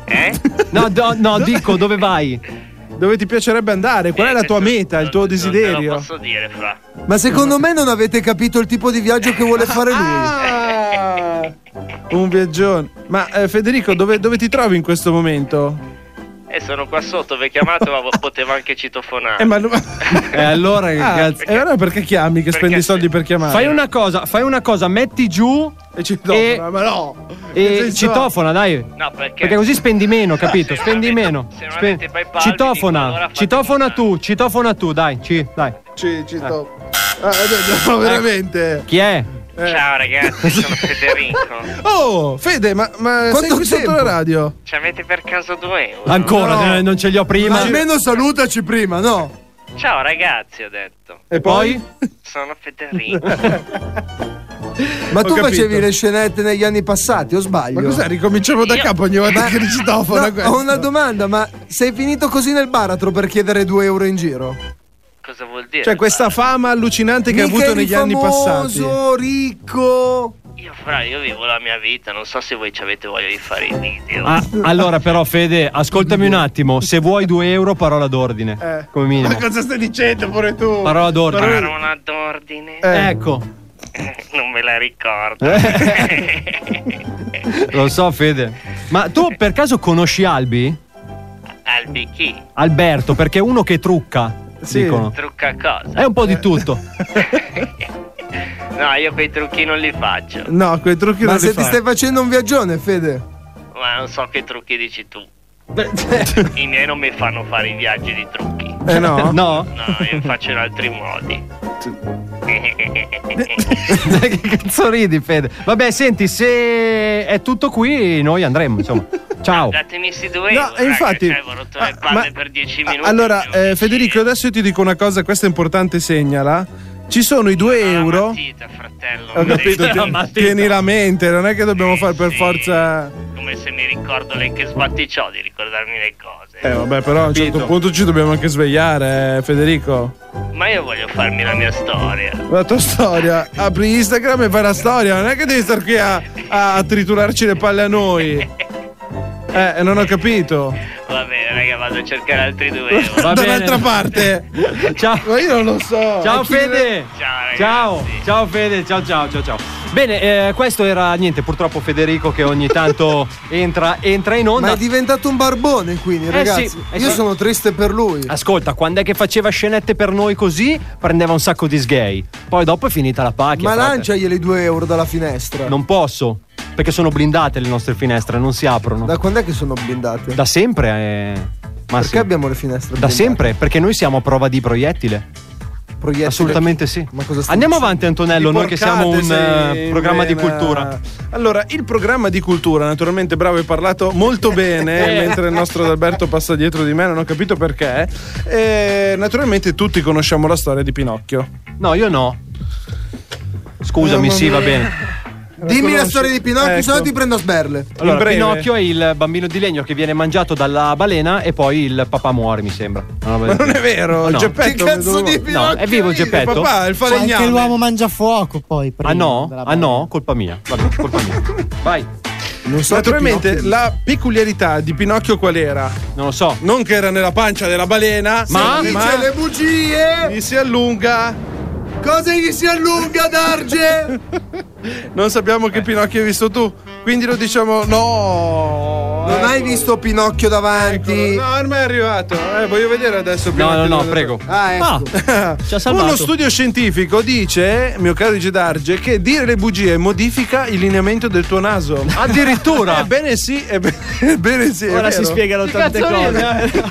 Eh?
No, do- no, dico, dove vai?
Dove ti piacerebbe andare? Qual è la tua meta, il tuo
Non te lo
desiderio?
posso dire, fra.
Ma secondo me non avete capito il tipo di viaggio che vuole fare lui.
Ah, un viaggione. Ma eh, Federico, dove, dove ti trovi in questo momento?
E Eh, sono qua sotto, vi ho chiamato, ma vo- potevo anche citofonare.
Eh, ma lu-
E allora, che
Ah,
cazzo.
e allora perché chiami che spendi soldi per chiamare?
Fai una cosa, fai una cosa, metti giù
E citofona,
e-
ma no! Che
e
senso
citofona, dai.
No, perché?
Perché così spendi meno, capito?
se non
Spendi
avete-
meno.
se non
Spe-
avete PayPal, vi dico, allora
Citofona,
fate
citofona tu, citofona tu, dai, ci, dai.
ha? Ci, cito- Ah, no, no, veramente.
Eh.
Eh.
Chi è?
Ciao ragazzi, sono Federico.
Oh, Fede, ma, ma sei
Quanto
qui sotto
tempo?
la radio?
Ecco. Ci avete per caso 2 euro?
Ancora,
No.
eh, non ce li ho prima.
Almeno salutaci prima, no?
Ciao ragazzi, ho detto.
E poi?
Sono Federico.
Ma tu
capito.
facevi le scenette negli anni passati, o sbaglio?
Ma cos'è? Ricominciamo da
Io-
capo ogni volta che ricitofona
No,
questo.
ho una domanda, ma sei finito così nel baratro per chiedere 2 euro in giro?
Cosa vuol dire?
Cioè, questa fama allucinante che ha
Mica
avuto
eri
negli anni passati.
famoso, ricco.
Io fra, io vivo la mia vita, non so se voi ci avete voglia di fare i video.
Ah, allora però Fede, ascoltami un attimo, se vuoi 2 euro parola d'ordine,
Eh.
come minimo.
Ma cosa stai dicendo pure tu?
Parola d'ordine.
Ma non ha d'ordine.
Eh.
Ecco,
Eh, Non me la ricordo.
Eh? lo so Fede. Ma tu per caso conosci Albi?
Albi chi?
Alberto, perché è uno che trucca,
Sì.
dicono.
Trucca cosa?
È un po' di tutto.
No, io quei trucchi non li faccio.
No, quei trucchi
Ma
non li
se ti
fai.
stai facendo un viaggione, Fede?
Ma non so che trucchi dici tu. I miei non mi fanno fare i viaggi di trucchi.
Eh no?
No?
No, io li faccio in altri modi.
che cazzo ridi Fede? Vabbè, senti, se è tutto qui noi andremo, insomma. Ciao.
Datemi sti due
No,
euro,
e infatti.
raga, cioè, ho rotto
Ah,
le palle
ma-
per 10
ah,
minuti.
Allora,
devo
eh,
uscire.
Federico, adesso io ti dico una cosa, questa è importante, segnala. Ci sono i 2
Sono la
euro.
matita, fratello.
Ho capito,
Sono la
ti-
matita.
tieni la mente, non è che dobbiamo
Sì,
fare per
sì.
forza.
Come se mi ricordo lei che sbatticciò di ricordarmi le cose.
Eh, vabbè, però a un certo punto ci dobbiamo anche svegliare, eh, Federico.
Ma io voglio farmi la mia storia.
La tua storia, apri Instagram e fai la storia, non è che devi star qui a, a triturarci le palle a noi. Eh, non ho capito.
Va bene, raga, vado a cercare altri due euro.
Va bene.
Dall'altra parte.
Ciao.
Ma io non lo so.
Ciao
A chi-
Fede.
Ciao, ragazzi.
Ciao. Ciao Fede. Ciao ciao ciao ciao. Bene, eh, questo era niente, purtroppo Federico che ogni tanto entra, entra in onda.
Ma è diventato un barbone quindi,
Eh
ragazzi.
sì, eh
Io
sì.
sono triste per lui.
Ascolta, quando è che faceva scenette per noi così, prendeva un sacco di sgay. Poi dopo è finita la pacchia.
Ma
frate.
lanciaglieli 2 euro dalla finestra.
Non posso, perché sono blindate le nostre finestre, non si aprono.
Da quando è che sono blindate?
Da sempre, eh, Massimo.
Perché abbiamo le finestre
Da
blindate?
sempre, perché noi siamo a prova di proiettile.
Proiettile?
Assolutamente sì.
Ma cosa stai
Andiamo avanti, Antonello,
Di
noi che siamo un
porcate,
eh,
sì,
programma di
bene.
cultura.
Allora, il programma di cultura, naturalmente, bravo, hai parlato molto bene,
Eh.
mentre il nostro Alberto passa dietro di me, non ho capito perché. Eh, naturalmente tutti conosciamo la storia di Pinocchio.
No, io no. Scusami,
Mamma
sì, va
mia.
bene.
Eh, Dimmi la
Eh, Conosci-
storia di Pinocchio,
Ecco.
se no ti prendo a sberle.
Allora, Pinocchio è il bambino di legno che viene mangiato dalla balena e poi il papà muore, mi sembra.
Ma non è vero, Geppetto, Che cazzo di
No,
Pinocchio
è vivo
vive,
Geppetto.
papà, il falegname.
Anche l'uomo mangia fuoco poi. prima
Ah no?
della-
Ah no? Colpa mia. Vabbè, colpa mia. Vai.
Naturalmente la peculiarità di Pinocchio qual era?
Non lo so.
Non che era nella pancia della balena,
Se dice le bugie!
gli si allunga.
Cosa gli si allunga, Darge?
Non sappiamo che Pinocchio hai visto tu, quindi lo diciamo no. Ecco.
non hai visto Pinocchio davanti?
No, ormai è arrivato. Eh, voglio vedere adesso.
No, no, no,
Pinocchio.
prego.
Ah, ecco.
Ci ha salvato.
Uno studio scientifico dice, mio caro Gedarge, che dire le bugie modifica il lineamento del tuo naso.
Addirittura.
Ebbene sì, ebbe- ebbene sì. è
Ora si
vero.
spiegano
Che
tante
cazzo
cose.
ridi?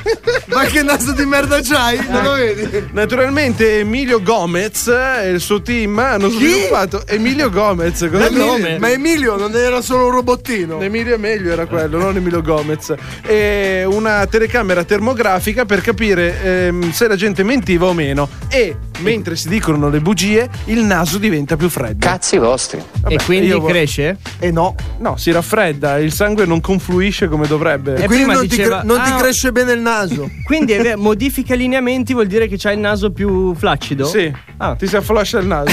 Ma che naso di merda c'hai? Non lo vedi?
Naturalmente Emilio Gomez e il suo team eh, hanno sviluppato Emilio Gomez. Cosa
Emilio-
nome?
Ma Emilio non era solo un robottino.
Emilio è meglio era quello, non Emilio Gomez. E una telecamera termografica per capire ehm, se la gente mentiva o meno. E mentre si dicono le bugie, il naso diventa più freddo.
Cazzi vostri.
Vabbè,
e quindi
io vo- Eh,
cresce?
E no.
No, si raffredda, il sangue non confluisce come dovrebbe.
E
Quindi
prima
non, ti,
diceva-
cre- non ti
ah.
cresce bene il naso.
Quindi è ver- modifica i lineamenti vuol dire che c'hai il naso più flaccido?
Sì,
Ah.
ti si affloscia il naso.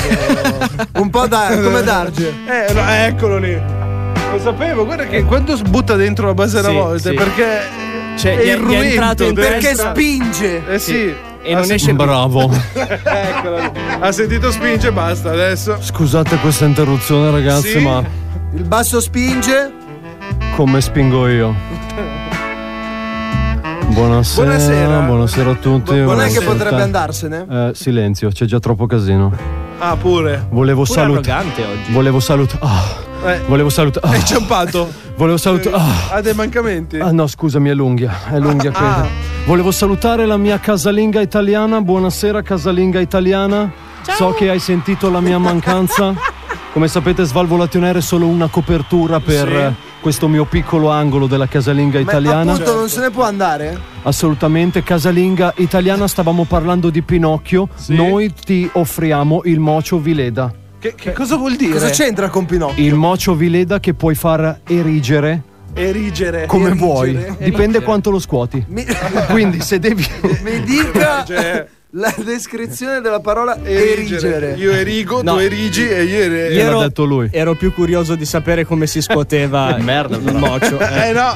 Un po' da, come Darge.
eh, no, eccolo lì. Lo sapevo, guarda che quando butta dentro la base
Sì,
una volta,
sì.
perché
Cioè,
è
gli è- gli è
irruento,
entrato in
deve
testa.
essere-
Spinge.
Eh sì.
E
Ha
non
sen-
esce più.
Bravo.
Eccola lì. Ha sentito spinge e basta adesso.
Scusate questa interruzione, ragazzi,
Sì?
ma
Il basso spinge.
come spingo io? Buonasera,
Buonasera.
buonasera a tutti.
Non è che
buonasera.
potrebbe andarsene?
Eh, silenzio, c'è già troppo casino.
Ah, pure.
Volevo
Pure
salutare.
arrogante oggi.
Volevo salutare.
Eh,
volevo salutare.
È inciampato.
Volevo salutare.
Ha dei mancamenti.
Ah no, scusami, è l'unghia. È l'unghia che.
Ah.
Volevo salutare la mia casalinga italiana. Buonasera, casalinga italiana. So che hai sentito la mia mancanza. Come sapete, Svalvolationer è solo una copertura per
Sì.
eh, questo mio piccolo angolo della casalinga
Ma
italiana.
appunto non se ne può andare?
Assolutamente, casalinga italiana, stavamo parlando di Pinocchio. Noi ti offriamo il mocio Vileda.
Che, che cosa vuol dire?
Cosa c'entra con Pinocchio?
Il mocio Vileda che puoi far erigere
Eh, Erigere.
come
Erigere.
vuoi. Dipende quanto lo scuoti.
Mi,
Quindi se devi...
mi dica
Erigere.
la descrizione della parola erigere.
Io erigo,
No.
tu erigi e ieri.
Io ero,
detto lui.
ero più curioso di sapere come si scuoteva
merda,
il mocio. Eh,
Eh no,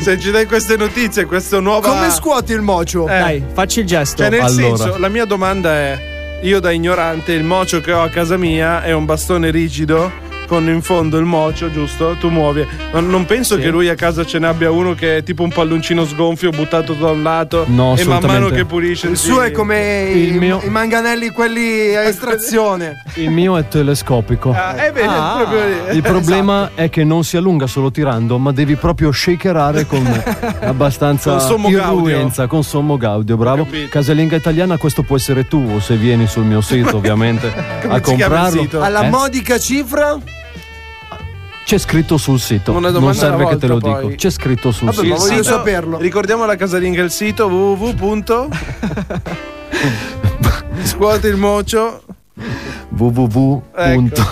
se ci dai queste notizie, questo nuovo.
Come scuoti il mocio?
Eh.
Dai, facci il gesto.
Cioè, nel
Allora.
senso, la mia domanda è: io da ignorante, il mocio che ho a casa mia è un bastone rigido con in fondo il mocio, giusto? Tu muovi. Non, non penso che lui a casa ce n'abbia uno che è tipo un palloncino sgonfio buttato da un lato
No,
e man mano
assolutamente.
che pulisce.
Il suo è come
Il
i,
mio-
i manganelli quelli a estrazione.
Il mio è telescopico.
Ah, eh, vedi,
Ah.
proprio lì. Esatto.
Il problema è che non si allunga solo tirando, ma devi proprio shakerare con abbastanza
Con sommo gaudio.
irruenza, con sommo gaudio, bravo.
Capito.
Casalinga italiana, questo può essere tu o se vieni sul mio sito, ovviamente, a
si chiama il
comprarlo.
sito?
Alla
Eh,
modica cifra?
C'è scritto sul sito.
Una
Non
domanda
serve
alla
che te lo
volta,
dico.
poi.
C'è scritto sul
Vabbè, ma
sito.
voglio saperlo.
Ricordiamo la casalinga il sito www. Scuoti il mocio.
www.
Ecco.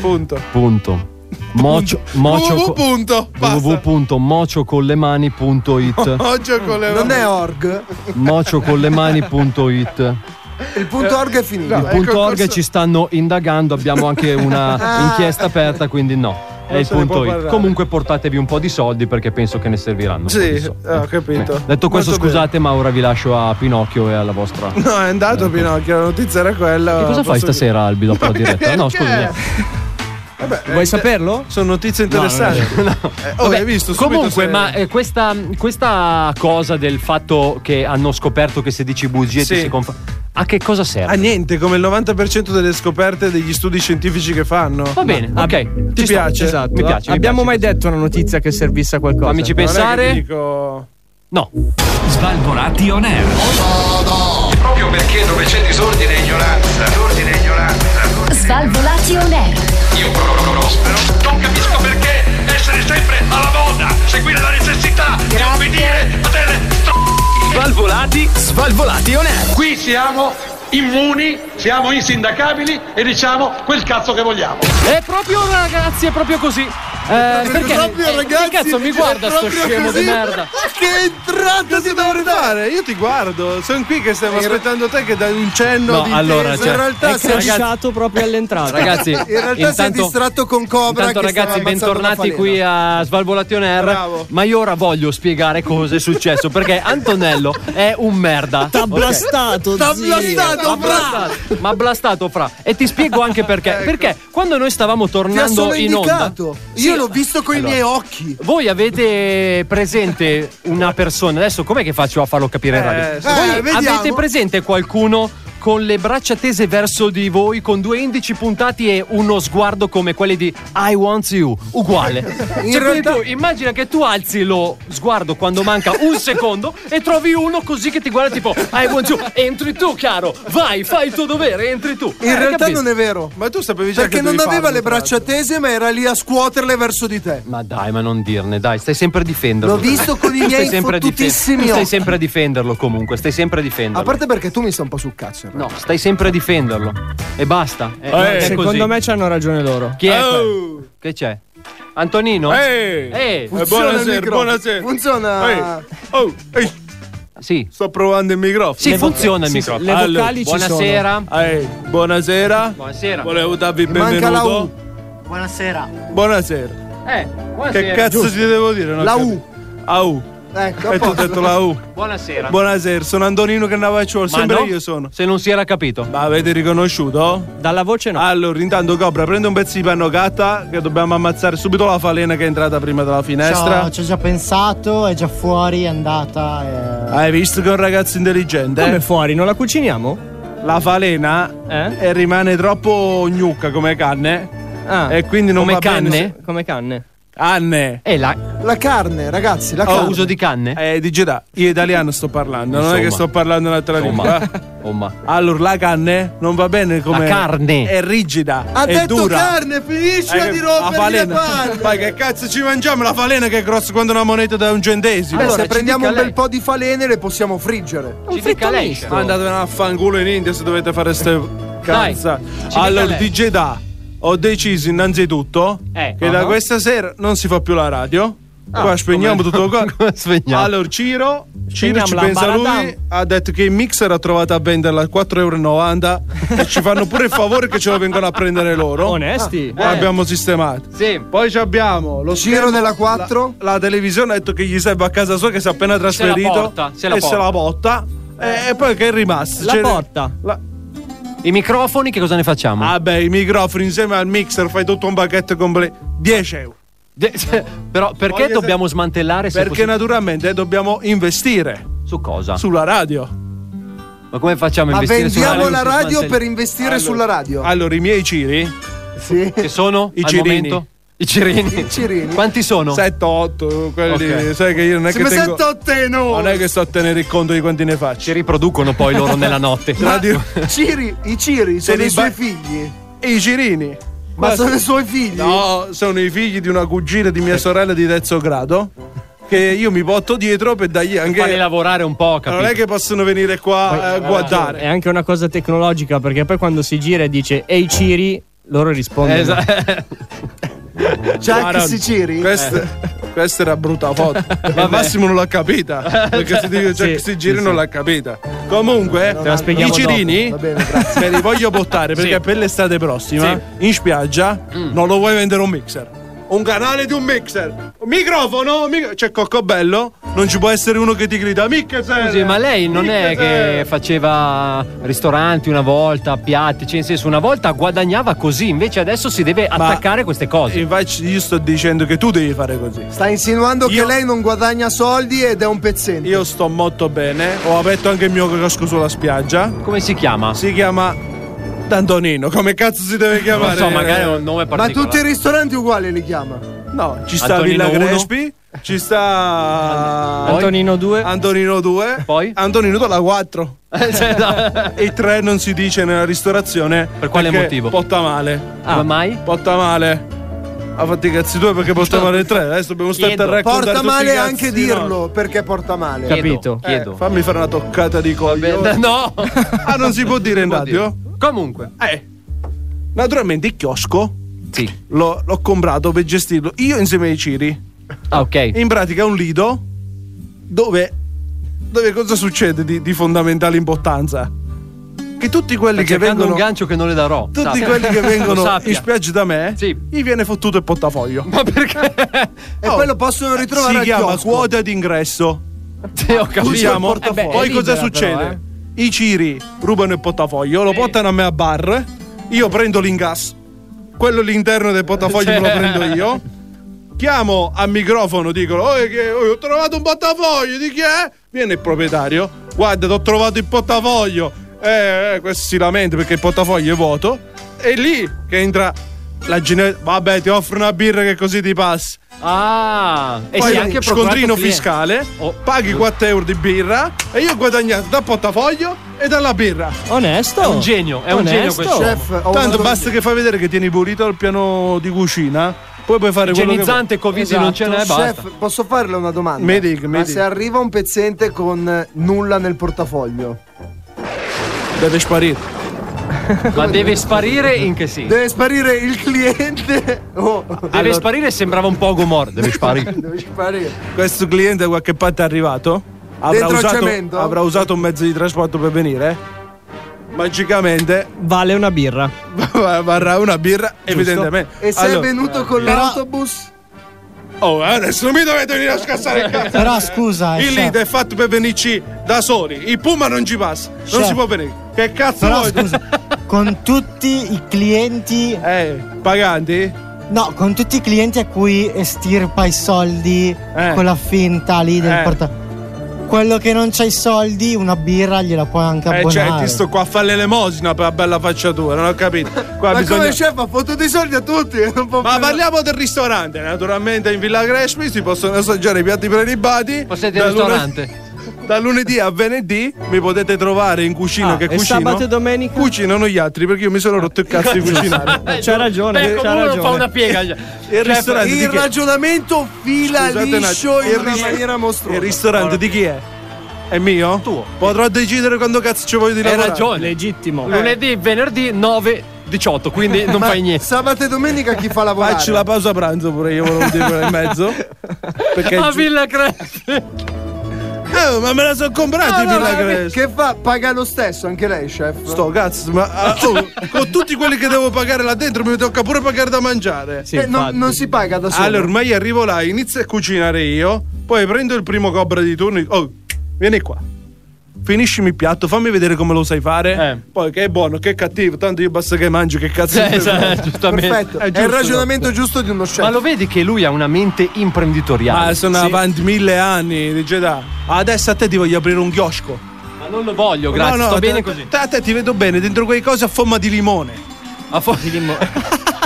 Punto.
punto. Mocio, mocio
www. Punto. Basta.
www.mociocollemani.it
Mocio con le
Non è org?
mociocollemani.it
Il punto org è finito.
no,
Il punto
ecco,
org
forse-
ci stanno indagando, abbiamo anche una inchiesta aperta, quindi no. È il
Ah. se ne può
punto it.
parlare.
Comunque portatevi un po' di soldi perché penso che ne serviranno. un po' di
Sì, ah,
soldi.
ho capito.
Beh, Detto questo,
Molto
scusate, ma ora vi lascio a Pinocchio e alla vostra. Che
bene. No, è andato Pinocchio, la notizia era quella.
cosa fai
Posso-
stasera, Albi, dopo la diretta? No,
Perché?
scusa.
Vuoi saperlo?
eh, Sono notizie interessanti.
No, no, no.
Eh, oh,
Vabbè,
hai visto? Subito
Comunque,
se-
ma eh, questa, questa cosa del fatto che hanno scoperto che se dici bugie
Sì.
ti si conf- A che cosa serve?
A Ah, niente, come il 90% delle scoperte degli studi scientifici che fanno.
Va bene,
Ma-
ok.
Ti
Ci sto,
piace?
esatto.
Mi
Ah,
piace.
Abbiamo mai detto una notizia che servisse a qualcosa?
Fammici
Non è che
pensare.
dico-
No.
Svalvolati on air.
Proprio perché dove c'è disordine e ignoranza, disordine e ignoranza.
Svalvolati on air.
Io prospero. Non capisco perché essere sempre alla moda, seguire la necessità di obbedire a delle
Svalvolati, svalvolati on air.
Qui siamo immuni, siamo insindacabili e diciamo quel cazzo che vogliamo.
È Eh, proprio ragazzi, è proprio così. Eh, perché? eh, che cazzo mi guarda sto scemo di merda?
Che entrata ti devo fare? Io ti guardo, sono qui che stiamo aspettando te che dai un cenno
Eh, No,
di
allora,
intesa.
cioè,
in realtà
è
sei Cioè,
ragazzi-
distratto
proprio all'entrata.
Ragazzi,
in realtà sei
intanto-
distratto con Cobra.
Intanto
che
ragazzi,
stava ammazzando una
bentornati
falena.
qui a Svalvolation Air.
Bravo.
Ma io ora voglio spiegare cosa è successo perché Antonello è un merda. T'ha
blastato,
T'ha
zio.
blastato,
T'ha
fra. Ma ha blastato, fra. E ti spiego anche perché. Perché quando noi stavamo
Ecco. Ti ha
tornando
solo
in onda.
indicato. Io l'ho visto con i miei occhi.
Voi avete presente una persona, adesso com'è che faccio a farlo capire in radio?
sì.
Voi
Eh, vediamo.
avete presente qualcuno con le braccia tese verso di voi, con due indici puntati e uno sguardo come quelli di I want you, uguale.
In
Cioè, quindi
realtà-
tu immagina che tu alzi lo sguardo quando manca un secondo e trovi uno così che ti guarda tipo I want you, entri tu caro, vai, fai il tuo dovere, entri tu. Eh,
In realtà non è vero.
Ma tu sapevi
già
Perché
che
non
dovevi
aveva
farlo,
le braccia tese, ma era lì a scuoterle verso di te.
Ma dai, ma non dirne, dai, stai sempre a difenderlo.
L'ho visto con i
Tu stai
miei
sempre a difen-
fottutissimi
tu Stai
occhi.
sempre a difenderlo comunque, stai sempre a difenderlo.
A parte perché tu mi stai un po' sul cazzo. in realtà.
No, stai sempre a difenderlo. E basta. Eh,
Eh,
è
secondo
così.
me c'hanno ragione loro.
Chi
Oh.
è? quel- Che c'è? Antonino?
Ehi!
Ehi!
Funziona il microfono.
Funziona.
Oh, Eh, ehi.
Sì.
Sto provando il microfono.
Sì, Le voca- funziona il sì, sì, microfono. le vocali ci sono. Buonasera.
Ehi, buonasera.
Buonasera.
Volevo darvi il
Mi manca la
benvenuto.
Buonasera.
Buonasera.
Eh, buonasera.
Che cazzo ti devo dire? Non
La
ho
U.
capito. A U.
Ecco,
E tu hai detto la U.
Buonasera.
Buonasera, sono Antonino Cannavacciuolo,
Ma
sempre
no?
io sono.
Se non si era capito.
Ma avete riconosciuto?
Dalla voce no.
Allora, intanto Cobra, prende un pezzo di panno gatta che dobbiamo ammazzare subito la falena che è entrata prima dalla finestra.
Ciao, ci ho già pensato, è già fuori, è andata. eh.
Hai visto che è un ragazzo intelligente?
Come fuori? Non la cuciniamo?
La falena eh, rimane troppo gnucca come canne.
Ah.
E quindi non
Come
va bene
canne?
se-
Come canne? Eh,
Anne.
E la...
La carne, ragazzi, la
Oh,
carne.
uso di canne?
Eh, digita, io italiano sto parlando, non è
Insomma.
che sto parlando un'altra
Oh, ma-
lingua.
oh, ma.
Allora, la canne non va bene come.
carne.
È rigida.
Ha
è
detto
dura.
carne, finiscila
Eh,
di
la
rompere le
falena.
palle.
Ma che cazzo ci mangiamo? La falena che è grossa quando una moneta da un centesimo.
Beh, se prendiamo un bel
po'
po' di falene le possiamo friggere.
Ci dica lei. Sciamo.
Andatevene a fanculo in India se dovete fare ste
Dai,
cazza.
ci dica
Allora,
lei.
DJ Da, ho deciso innanzitutto
Eh,
che
ah.
da questa sera non si fa più la radio.
Ah,
Qua spegniamo
come-
tutto qua.
come spegniamo?
Allora, Ciro, Ciro
Spegniamo
ci
la
pensa
baradam.
lui. Ha detto che il mixer ha trovato a venderla a 4,90 euro. e ci fanno pure il favore che ce lo vengono a prendere loro.
Onesti.
Ah, L'abbiamo sistemato.
Sì.
Poi ci abbiamo lo
Giro
schermo-
della 4.
La, la televisione ha detto che gli serve a casa sua che si è appena
Se la
trasferito.
porta, se la
e se
porta.
la botta. eh, E, e poi che è rimasto?
La
Cioè,
porta.
la-
I microfoni che cosa ne facciamo?
Vabbè, i microfoni insieme al mixer fai tutto un pacchetto completo. 10 euro.
De- se- Però perché
Voglio-
dobbiamo smantellare se
Perché
possibile-
naturalmente dobbiamo investire
su cosa?
sulla radio.
Ma come facciamo a
Ma
investire sulla
vendiamo la
se
radio
smantell-
per investire sulla radio.
Allora, i miei ciri.
Sì.
che sono
I
al
cirini.
momento? I cirini.
I cirini.
Quanti sono?
7, 8, quelli.
Ok.
Sai che io non è
Se
che
mi
tengo-
sento te no.
Non è che sto a tenere il conto di quanti ne faccio.
Ci riproducono poi loro nella notte.
Te la dico-
Ciri, I Ciri
Se
sono
li
i suoi
ba-
figli.
E i cirini.
Ma
Basta.
sono i suoi figli?
No, sono i figli di una cugina di
Eh.
mia sorella di terzo grado. Che io mi porto dietro per dargli anche.
Farli lavorare un po', capito?
non è che possono venire qua eh, a guardare.
È anche una cosa tecnologica perché poi quando si gira e dice Ehi Ciri, loro rispondono.
Jack
Guarda,
Siciri.
questa, questa era brutta foto. Ma Massimo non l'ha capita. Perché se dico Jack
Sì,
Sigiri
sì,
non
sì.
l'ha capita. Comunque,
la spieghiamo
i cirini
Va bene, grazie.
me li voglio portare perché per l'estate prossima in spiaggia non lo vuoi vendere un mixer. Un canale di un mixer. Un microfono. un mic- C'è Coccobello non ci può essere uno che ti grida mica
Scusi, ma lei non è che faceva ristoranti una volta, piatti, cioè in senso una volta guadagnava così, invece adesso si deve attaccare queste cose.
Invece io sto dicendo che tu devi fare così.
Sta insinuando che lei non guadagna soldi ed è un pezzente.
Io sto molto bene. Ho aperto anche il mio casco sulla spiaggia.
Come si chiama?
Si chiama D'Antonino. Come cazzo si deve chiamare?
so, magari è un nome
Ma
particolare.
tutti i ristoranti uguali li chiama.
No, ci sta
Antonino
Villa
uno.
Crespi. Ci sta
Antonino 2.
Antonino 2. Poi? Antonino dalla 4.
Eh,
e 3 non si dice nella ristorazione. Per
quale motivo?
Porta male.
Ah. Come mai?
Porta male. Ha fatto i cazzi tuoi perché porta male il 3. Adesso dobbiamo stare a
Chiedo.
raccontare
Porta
tutti i
male
cazzi
anche
di
dirlo
no.
perché porta male.
Eh, fammi fare una toccata di
Vabbè,
coglione.
no.
ah, non si può dire in
può
radio?
Comunque.
Eh. Naturalmente il chiosco
sì.
l'ho, l'ho comprato per gestirlo io insieme ai Ciri.
Ah, ok.
In pratica è un lido dove, dove cosa succede di, di fondamentale importanza? Che tutti quelli
Sta
che
cercando
vengono
un gancio che non le darò.
tutti
Sappia.
quelli che
Lo
vengono
sappia.
in spiaggia da me, gli viene fottuto il portafoglio.
Ma perché?
E poi lo possono ritrovare
Oh, Si
al
chiama
chiosco.
quota d'ingresso.
Sì, ho capito.
Usiamo-
Eh beh, è
Poi cosa
libera
succede?
però, eh.
I Ciri rubano il portafoglio, lo portano a me a bar, io prendo l'ingas, quello l'interno del portafoglio me lo prendo io. Chiamo al microfono, dico: "Oh, è che- oh, ho trovato un portafoglio, di chi è? Viene il proprietario, guarda, ti ho trovato il portafoglio. Eh, eh, questo si lamenta perché il portafoglio è vuoto. È lì che entra la gener- Vabbè, ti offro una birra che così ti passa.
Ah, e
Poi
si è anche procurato
scontrino
cliente.
fiscale,
Oh.
paghi 4 euro di birra e io ho guadagnato dal portafoglio e dalla birra.
Onesto.
È un genio, è un genio
Onesto.
questo.
Chef, ho una
Tanto
domanda.
basta che fai vedere che tieni pulito il piano di cucina, poi puoi fare quello che vuoi.
Igienizzante, Covisi non ce n'è, basta.
Esatto. Chef, posso farle una domanda?
Mi dica, mi
Ma
dica.
se arriva un pezzente con eh, nulla nel portafoglio,
Deve sparire.
Ma deve sparire in che senso?
deve sparire il cliente. Oh,
Deve sparire sembrava un po' Gomor. Deve sparire.
deve sparire.
Questo cliente da qualche parte è arrivato. Avrà
Dentro al
usato,
cemento?
avrà usato un mezzo di trasporto per venire. Magicamente
Vale una birra.
varrà una birra, evidentemente.
E se
Allora- eh,
è venuto con l'autobus?
Oh, eh, adesso mi dovete venire a scassare il cazzo.
Però scusa, eh,
Il
chef,
lead è fatto per venirci da soli. Il Puma non ci passa. Non
Chef.
si può venire. Che cazzo
Però
vuoi?
scusa, con tutti i clienti.
Eh, paganti?
No, con tutti i clienti a cui estirpa i soldi con la finta lì del
Eh.
portafoglio. Quello che non c'ha i soldi, una birra gliela puoi anche
Eh,
abbonare.
cioè, ti sto qua a fare l'elemosina per la bella faccia tua, non ho capito. Qua
Ma
bisogna...
come chef ha fottuto i soldi a tutti? Non può
Ma
più-
parliamo del ristorante. Naturalmente in Villa Crespi si possono assaggiare i piatti prelibati.
Possiete il
Da lune-
ristorante.
Da lunedì a venerdì mi potete trovare in cucina
Ah,
che
e
cucino.
sabato e domenica? Eh,
Cucinano gli altri perché io mi sono rotto il cazzo di cucinare.
C'ha ragione,
Beh,
c'ha
come uno
ragione.
fa una piega.
Il
Chef,
ristorante di
cioè. Il
chi è?
ragionamento fila
Scusate un
liscio
attimo,
in
il
una
ris-
maniera mostruosa.
Il ristorante di chi è? È mio?
Tuo.
Potrò decidere quando cazzo ci voglio di
Hai
lavorare.
ragione.
Legittimo.
Lunedì, venerdì 9, 18, quindi non
Ma
fai niente.
Sabato e domenica chi fa lavorare?
Facci la pausa pranzo pure io volevo dire quella in mezzo. Perché
A Villa Crespi.
Eh, ma me la sono comprata in Villa Crespi.
Che fa? Paga lo stesso anche lei, chef.
Sto cazzo, ma ah, oh, con tutti quelli che devo pagare là dentro mi tocca pure pagare da mangiare.
Eh, non, non si paga da solo.
Allora, ormai arrivo là, inizio a cucinare io, poi prendo il primo cobra di turno. dico, Oh, vieni qua. Finiscimi il piatto, fammi vedere come lo sai fare.
Eh.
Poi che è buono, che è cattivo, tanto io basta che mangi, che cazzo
Eh,
di-
esatto, giustamente. esatto.
Perfetto. È,
giusto,
il ragionamento giusto di uno chef.
Ma lo vedi che lui ha una mente imprenditoriale.
Ah, sono
Sì.
avanti mille anni di Jedi. Adesso a te ti voglio aprire un chiosco.
Ma non lo voglio, grazie.
No, no,
Sto
te-
bene così.
te- A te ti vedo bene, dentro quei cose a forma di limone.
A fuori di mo-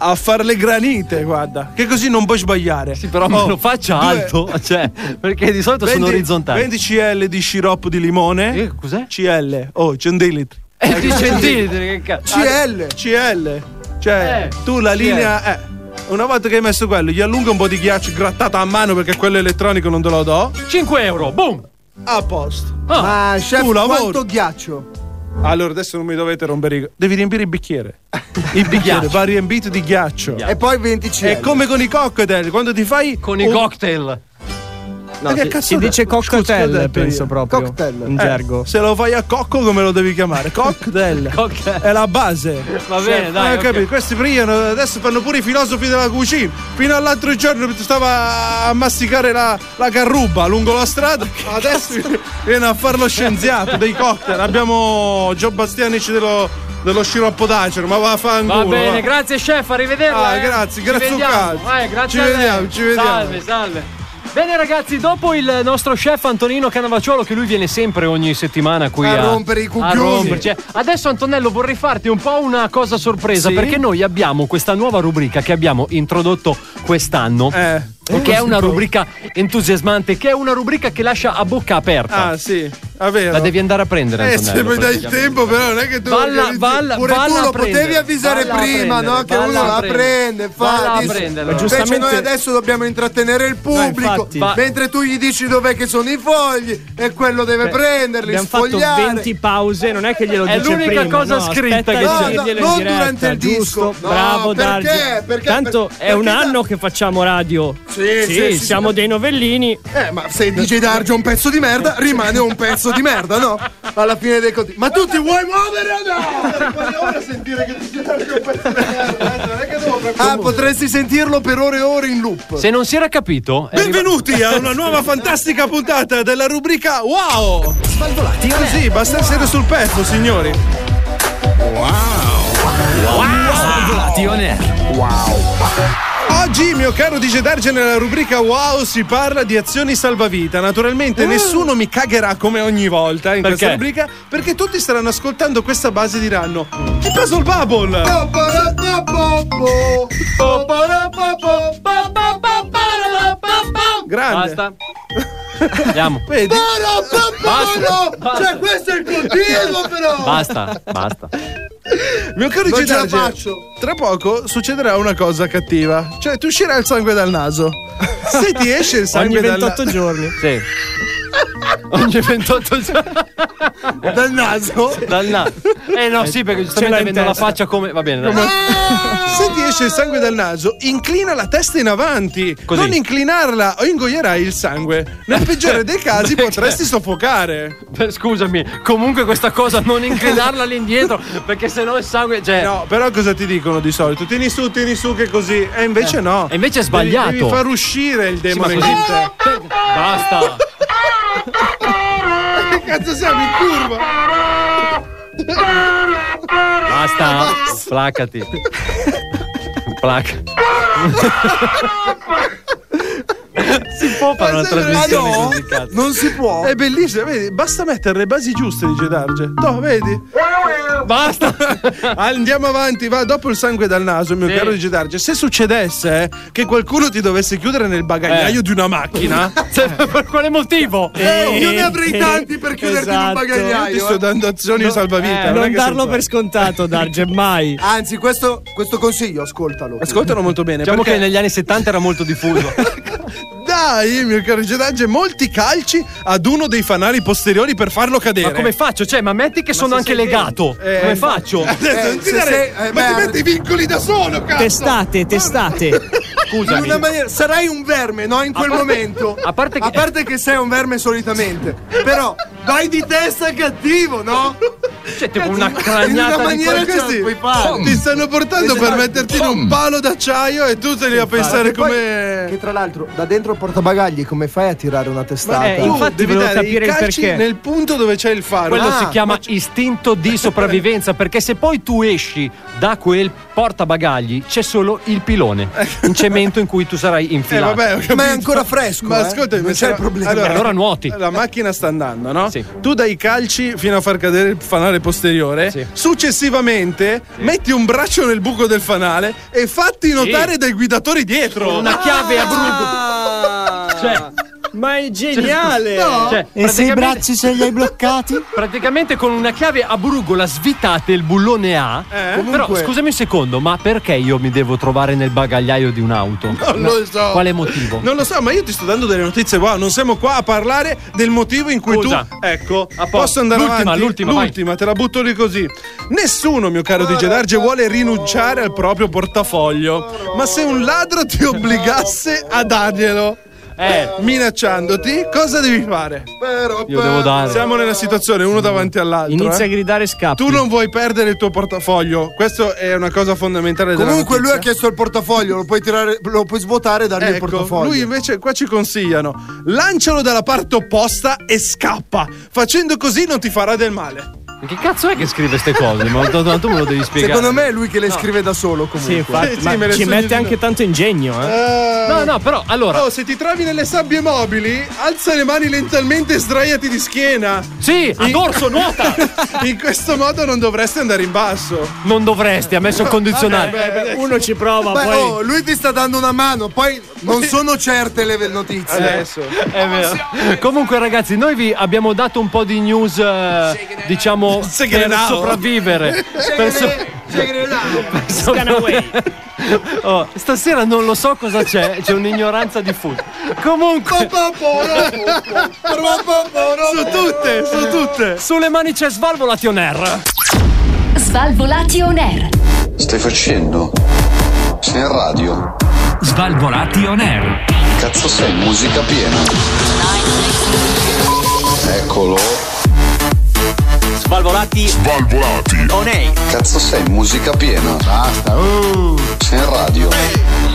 A fare le granite, guarda. Che così non puoi sbagliare.
Sì, però me
Oh,
lo faccia
due-
alto, cioè, perché di solito
20
sono orizzontali.
20 cl di sciroppo di limone.
Eh, cos'è?
CL, oh, centilitri.
E ti centilitri, che cazzo.
CL.
CL. Cioè,
Eh,
tu la
CL.
linea. Eh, una volta che hai messo quello, gli allunga un po' di ghiaccio grattata a mano perché quello elettronico non te lo do.
5 euro, boom!
A posto.
Ah,
Ma chef,
Tu lavori.
quanto ghiaccio?
Allora, adesso non mi dovete rompere i. Devi riempire il bicchiere. Il bicchiere va riempito di ghiaccio.
E poi 20 CL.
È come con i cocktail, quando ti fai
con i
un-
cocktail.
No, si- si dice cocktail, penso proprio, in gergo.
Eh, Se lo fai a cocco, come lo devi chiamare? Cocktail. È la base.
Va bene,
Cioè,
dai,
eh,
ok.
capito? Questi brillano, adesso fanno pure i filosofi della cucina. Fino all'altro giorno mi stava a masticare la, la carruba lungo la strada. Adesso viene a fare lo scienziato dei cocktail. Abbiamo Gio Bastianici dello, dello sciroppo d'acero, ma va a fare
Va bene, grazie chef, arrivederla.
Ah,
eh.
grazie,
Ci
grazie
vediamo.
Zuccaro.
Eh, grazie
Ci
a lei.
vediamo, ci vediamo.
Salve, salve. Bene ragazzi, dopo il nostro chef Antonino Canavacciolo che lui viene sempre ogni settimana qui
A
a,
rompere i
a
coglioni.
romperci, eh. Adesso Antonello vorrei farti un po' una cosa sorpresa
Sì?
perché noi abbiamo questa nuova rubrica che abbiamo introdotto quest'anno.
Eh.
Che è
così
una
poi.
rubrica entusiasmante, che è una rubrica che lascia a bocca aperta.
Ah, sì, è vero.
La devi andare a prendere.
Eh, se
Antonello,
mi dai il
praticamente.
tempo, però non è che tu
Valla-
organizzi-
valla-
pure
valla
tu
a
lo
prendere.
potevi avvisare
Valla a
prima, no?
prendere,
Che
valla
uno
a
la
prendere.
prende,
Valla
fa.
a
dice-
prendere.
Invece
Invece noi
noi
adesso dobbiamo intrattenere il pubblico.
infatti. Va-
mentre tu gli dici dov'è che sono i fogli e quello deve
Cioè,
prenderli,
abbiamo
sfogliare.
fatto 20 pause, non è che glielo
È
dice
l'unica
prima,
cosa
no,
scritta
aspetta
che
di
c'è.
dirglielo in
No, no,
diretta,
durante il
giusto?
disco. No,
Bravo
perché?
Darge.
Perché?
Tanto è
Perché
un
da-
anno che facciamo radio. Sì,
sì, sì,
siamo dei novellini.
Eh, ma se DJ Darge è un pezzo di merda, rimane un pezzo di merda, no? Alla fine dei conti. Ma tu ti vuoi muovere o no? Ora sentire che DJ Darge è un pezzo di merda, eh, non è che devo proprio- Ah, potresti sentirlo per ore e ore in loop.
Se non si era capito, è
Benvenuti a
arrivato-
una nuova fantastica puntata della rubrica Wow! Svalvolati Così, basta essere sul pezzo, signori.
Svalvolati on air.
Oggi, mio caro DJ Darge, nella rubrica Wow si parla di azioni salvavita. Naturalmente nessuno mi cagherà come ogni volta in questa
Mm. Perché?
rubrica, perché tutti staranno ascoltando questa base e diranno Hai preso il bubble! Grande.
Basta. Andiamo.
Vedi?
Basta. Basta.
Cioè, questo è il continuo, però!
Basta, basta.
Mio caro
Non
DJ
ce la
Darge,
faccio.
tra poco succederà una cosa cattiva. Cioè, ti uscirà il sangue dal naso. Se ti esce il sangue
Ogni
dal
28 giorni.
Sì. Ogni 28 giorni.
Dal naso?
Dal naso. Eh no, sì, perché giustamente
l'ha in
avendo la
testa.
faccia come. Va bene, dai.
Se ti esce il sangue dal naso, inclina la testa in avanti.
Così.
Non inclinarla o ingoierai il sangue. Nel peggiore dei casi
Perché?
potresti soffocare.
Cioè. Beh, Scusami, comunque questa cosa non inclinarla all'indietro, perché sennò il sangue. Cioè,
No, però cosa ti dicono di solito? Tieni su, tieni su, che così. E invece no.
E invece è sbagliato.
Devi, devi far uscire il demone
ma così-
in te.
Basta.
Che cazzo siamo in curva?
Basta. Placati. Placa. si può fare una trasmissione
no?
così, cazzo.
Non si può.
È bellissimo, vedi? Basta mettere le basi giuste di Gedarge. No, vedi?
Basta.
Andiamo avanti, va dopo il sangue dal naso, mio
Sì.
caro DJ Darge. Se succedesse eh, che qualcuno ti dovesse chiudere nel bagagliaio
Eh.
di una macchina,
Cioè, per quale motivo?
Eh, io ne avrei tanti per chiuderti in un
Esatto.
io ti
bagagliaio.
sto
eh.
dando azioni salvavita.
Eh,
è
non
che
darlo
sono-
per scontato, Darge, mai.
Anzi, questo, questo consiglio, ascoltalo.
Ascoltano molto bene.
Diciamo
perché Eh,
che negli anni 70 era molto diffuso.
Dai, mio caro DJ Darge, molti calci ad uno dei fanali posteriori per farlo cadere.
Ma come faccio? Cioè, ma metti che sono anche legato.
Eh,
come
infatti.
faccio?
Adesso
Eh,
non ti
se
dare-
sei- eh,
ma ti
beh,
metti i vincoli da solo, cazzo!
Testate, testate.
In una
Scusami.
maniera, sarai un verme, no? In quel
parte-
momento.
a parte che-
sei un verme solitamente. Però vai di testa cattivo, no?
Cioè, tipo una
In una
cragnata di
maniera
qualche-
così. Esatto.
puoi
Pom.
Ti stanno portando per metterti in un palo d'acciaio e tu sei lì a pensare
Che poi-
come.
Che tra l'altro, da dentro il portabagagli, come fai a tirare una testata?
eh,
Tu
infatti
devi
volevo
dare
capire
i
il
calci
perché.
nel punto dove c'è il faro.
Quello
Ah,
si chiama istinto di sopravvivenza perché se poi tu esci da quel portabagagli c'è solo il pilone in cemento in cui tu sarai
eh,
infilato.
vabbè, ho capito.
Ma è ancora fresco.
Ma
eh?
ascolta,
non c'è problema.
Beh, allora nuoti.
La macchina sta andando, no?
Sì.
Tu dai i calci fino a far cadere il fanale posteriore.
Sì.
Successivamente metti un braccio nel buco del fanale e fatti notare dai guidatori dietro.
Con una chiave a brugo.
Ah.
Cioè,
Ma è geniale!
cioè,
E se i
praticamente-
bracci se li hai bloccati?
Praticamente con una chiave a brugola svitate il bullone A. Però
Comunque-
scusami un secondo, ma perché io mi devo trovare nel bagagliaio di un'auto?
Non lo so.
Quale motivo?
Non lo so, ma io ti sto dando delle notizie. Wow, non siamo qua a parlare del motivo in cui
Scusa.
tu. Ecco,
A posto.
posso andare
L'ultima,
avanti?
l'ultima, vai.
l'ultima te la butto lì così. Nessuno, mio caro DJ Darge, vuole rinunciare al proprio portafoglio. Ma se un ladro ti obbligasse a darglielo. eh. minacciandoti, cosa devi fare?
Però,
Io devo dare.
Siamo nella situazione uno davanti all'altro.
Inizia
eh.
a gridare scappi.
Tu non vuoi perdere il tuo portafoglio. Questa è una cosa fondamentale della
Comunque lui ha
notizia.
chiesto il portafoglio, lo puoi, tirare, lo puoi svuotare e dargli il
Ecco,
portafoglio.
Lui invece qua ci consigliano: lancialo dalla parte opposta e scappa. Facendo così non ti farà del male.
Ma Che cazzo è che scrive queste cose? Ma tu, tu me lo devi spiegare.
Secondo me è lui che le
No.
scrive da solo comunque.
Sì, infatti,
Eh,
ma ci mette anche tanto ingegno, eh.
No, no, però allora.
Oh, se ti trovi nelle sabbie mobili, alza le mani lentamente e sdraiati di schiena.
Sì, a dorso, nuota!
In questo modo non dovresti andare in basso.
Non dovresti, ha messo il condizionale.
Eh,
Uno ci prova,
Beh,
poi.
oh, lui ti sta dando una mano, poi non sono certe le notizie. Eh.
Adesso.
Eh, È vero. Comunque, ragazzi, noi vi abbiamo dato un po' di news, eh, diciamo,
Segre
per
now.
sopravvivere. Per so- Oh, stasera non lo so cosa c'è, c'è un'ignoranza di food. Comunque,
Su tutte, su tutte.
sulle mani c'è Svalvolation Air.
Svalvolati on air.
Stai facendo? Sei in radio?
Svalvolati on air.
Cazzo sei, musica piena. Eccolo.
Svalvolati.
Svalvolati.
On air.
Cazzo sei, musica piena. Basta.
uh.
Sei in radio.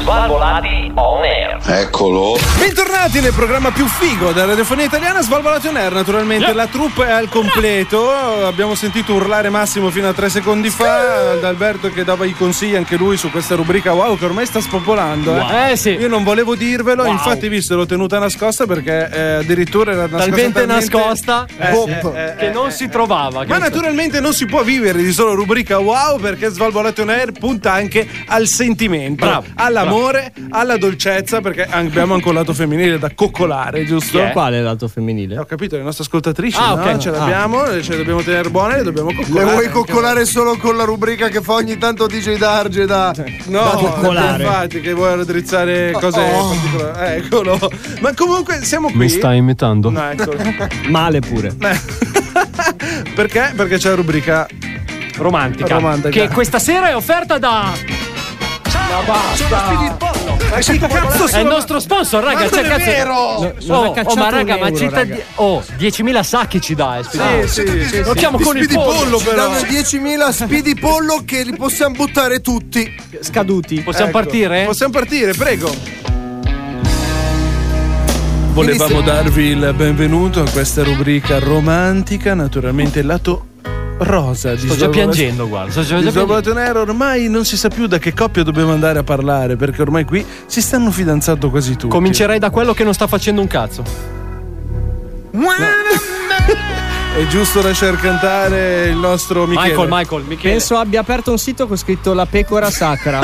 Svalvolati on air.
Eccolo.
Bentornati nel programma più figo della radiofonia italiana, Svalvolato on Air. Naturalmente la troupe è al completo. Abbiamo sentito urlare Massimo fino a tre secondi fa. Ad Alberto che dava i consigli anche lui su questa rubrica wow che ormai sta spopolando. eh.
Wow. Eh, sì.
Io non volevo dirvelo, infatti, visto l'ho tenuta nascosta perché eh, addirittura era nascosta.
Talmente
talmente-
nascosta
Eh,
boh,
sì, eh, eh,
che non si trovava.
Ma
capito?
naturalmente non si può vivere di solo rubrica wow perché Svalvolato on Air punta anche al sentimento,
Bravo,
all'amore, alla dolcezza perché abbiamo anche un lato femminile da
Eh,
coccolare, giusto?
Qual Quale è l'alto femminile?
Ho capito, le nostre ascoltatrici
Ah,
no?
ok.
ce l'abbiamo, ce le dobbiamo tenere buone, le dobbiamo
Le
coccolare.
vuoi coccolare solo con la rubrica che fa ogni tanto DJ Darge da.
No,
da
infatti che vuoi raddrizzare cose
Oh.
particolari. Eh, Eccolo. Ma comunque siamo qui.
Mi sta imitando.
No, ecco. eccolo.
Male pure.
Perché? Perché c'è la rubrica
Romantica.
Romantica.
Che questa sera è offerta da.
Ma che cazzo
È il
sono?
nostro sponsor, raga.
Ma non
Cioè,
è
cazzo-
vero!
No,
non ha
oh,
cacciato
oh, ma
un
raga, ma
euro,
città
raga.
di- Oh, 10.000 sacchi ci dà, eh, spediamo.
Sì, sì, sì,
Lo
sì.
chiamo con il
Spidi
pollo.
pollo, però.
Danno 10.000 spidi pollo che li possiamo buttare tutti.
Scaduti.
Possiamo
Ecco.
partire?
Possiamo partire, prego.
Volevamo
Volevamo darvi il benvenuto a questa rubrica romantica, naturalmente lato rosa di
Sto già piangendo, guarda. Sto già,
Il
già piangendo.
Svalvolato Nero ormai non si sa più da che coppia dobbiamo andare a parlare perché ormai qui si stanno fidanzando quasi tutti.
Comincerei da quello che non sta facendo un cazzo.
È giusto lasciar cantare il nostro Michele.
Michael, Michael, Michele.
Penso abbia aperto un sito con scritto La pecora sacra.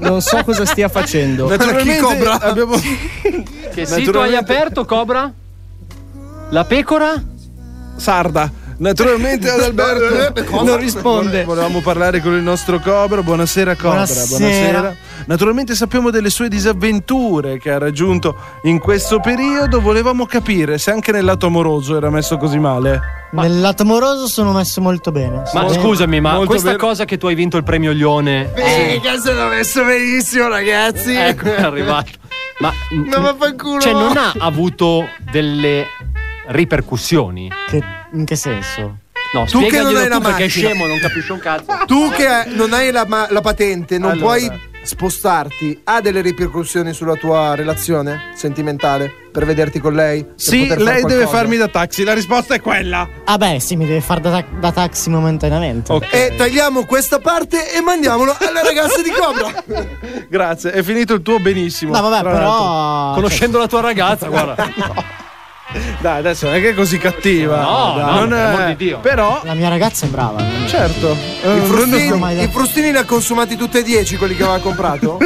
non so cosa stia facendo.
Naturalmente
Chi cobra?
abbiamo
Che sito hai aperto, Cobra? La pecora?
Sarda. Naturalmente ad Alberto non risponde. Volevamo parlare con il nostro Cobra. Buonasera Cobra.
Buonasera.
Naturalmente sappiamo delle sue disavventure che ha raggiunto in questo periodo. Volevamo capire se anche nel lato amoroso era messo così male.
Nel lato amoroso sono messo molto bene.
Ma
Sì.
scusami, ma
Molto
questa
vero.
cosa che tu hai vinto il premio Lione.
Eh, cazzo l'ho messo benissimo, ragazzi.
Ecco, è arrivato. Ma,
Ma vaffanculo.
cioè, non ha avuto delle ripercussioni?
Che- in che senso?
No,
Tu che non
spiegaglielo
hai la
tu perché è
macchina.
scemo, non capisce un cazzo.
Tu che non hai la, ma- la patente, non
Allora.
puoi spostarti, ha delle ripercussioni sulla tua relazione sentimentale per vederti con lei? Per
Sì,
poter fare
lei deve
qualcosa?
farmi da taxi. La risposta è quella.
Ah beh, sì, mi deve far da, ta- da taxi momentaneamente.
Ok.
E Eh, tagliamo questa parte e mandiamolo alla ragazza di Cobra.
Grazie, è finito il tuo benissimo.
No, vabbè,
Tra l'altro.
però. cioè
Conoscendo la tua ragazza, guarda.
Dai, adesso non è che è così cattiva.
No,
Dai,
no,
non
per
è-
amor di Dio.
Però,
La mia ragazza è brava. non-
certo. eh,
I
so mai
frustini,
da-
i frustini li ha consumati tutti e dieci quelli che aveva comprato?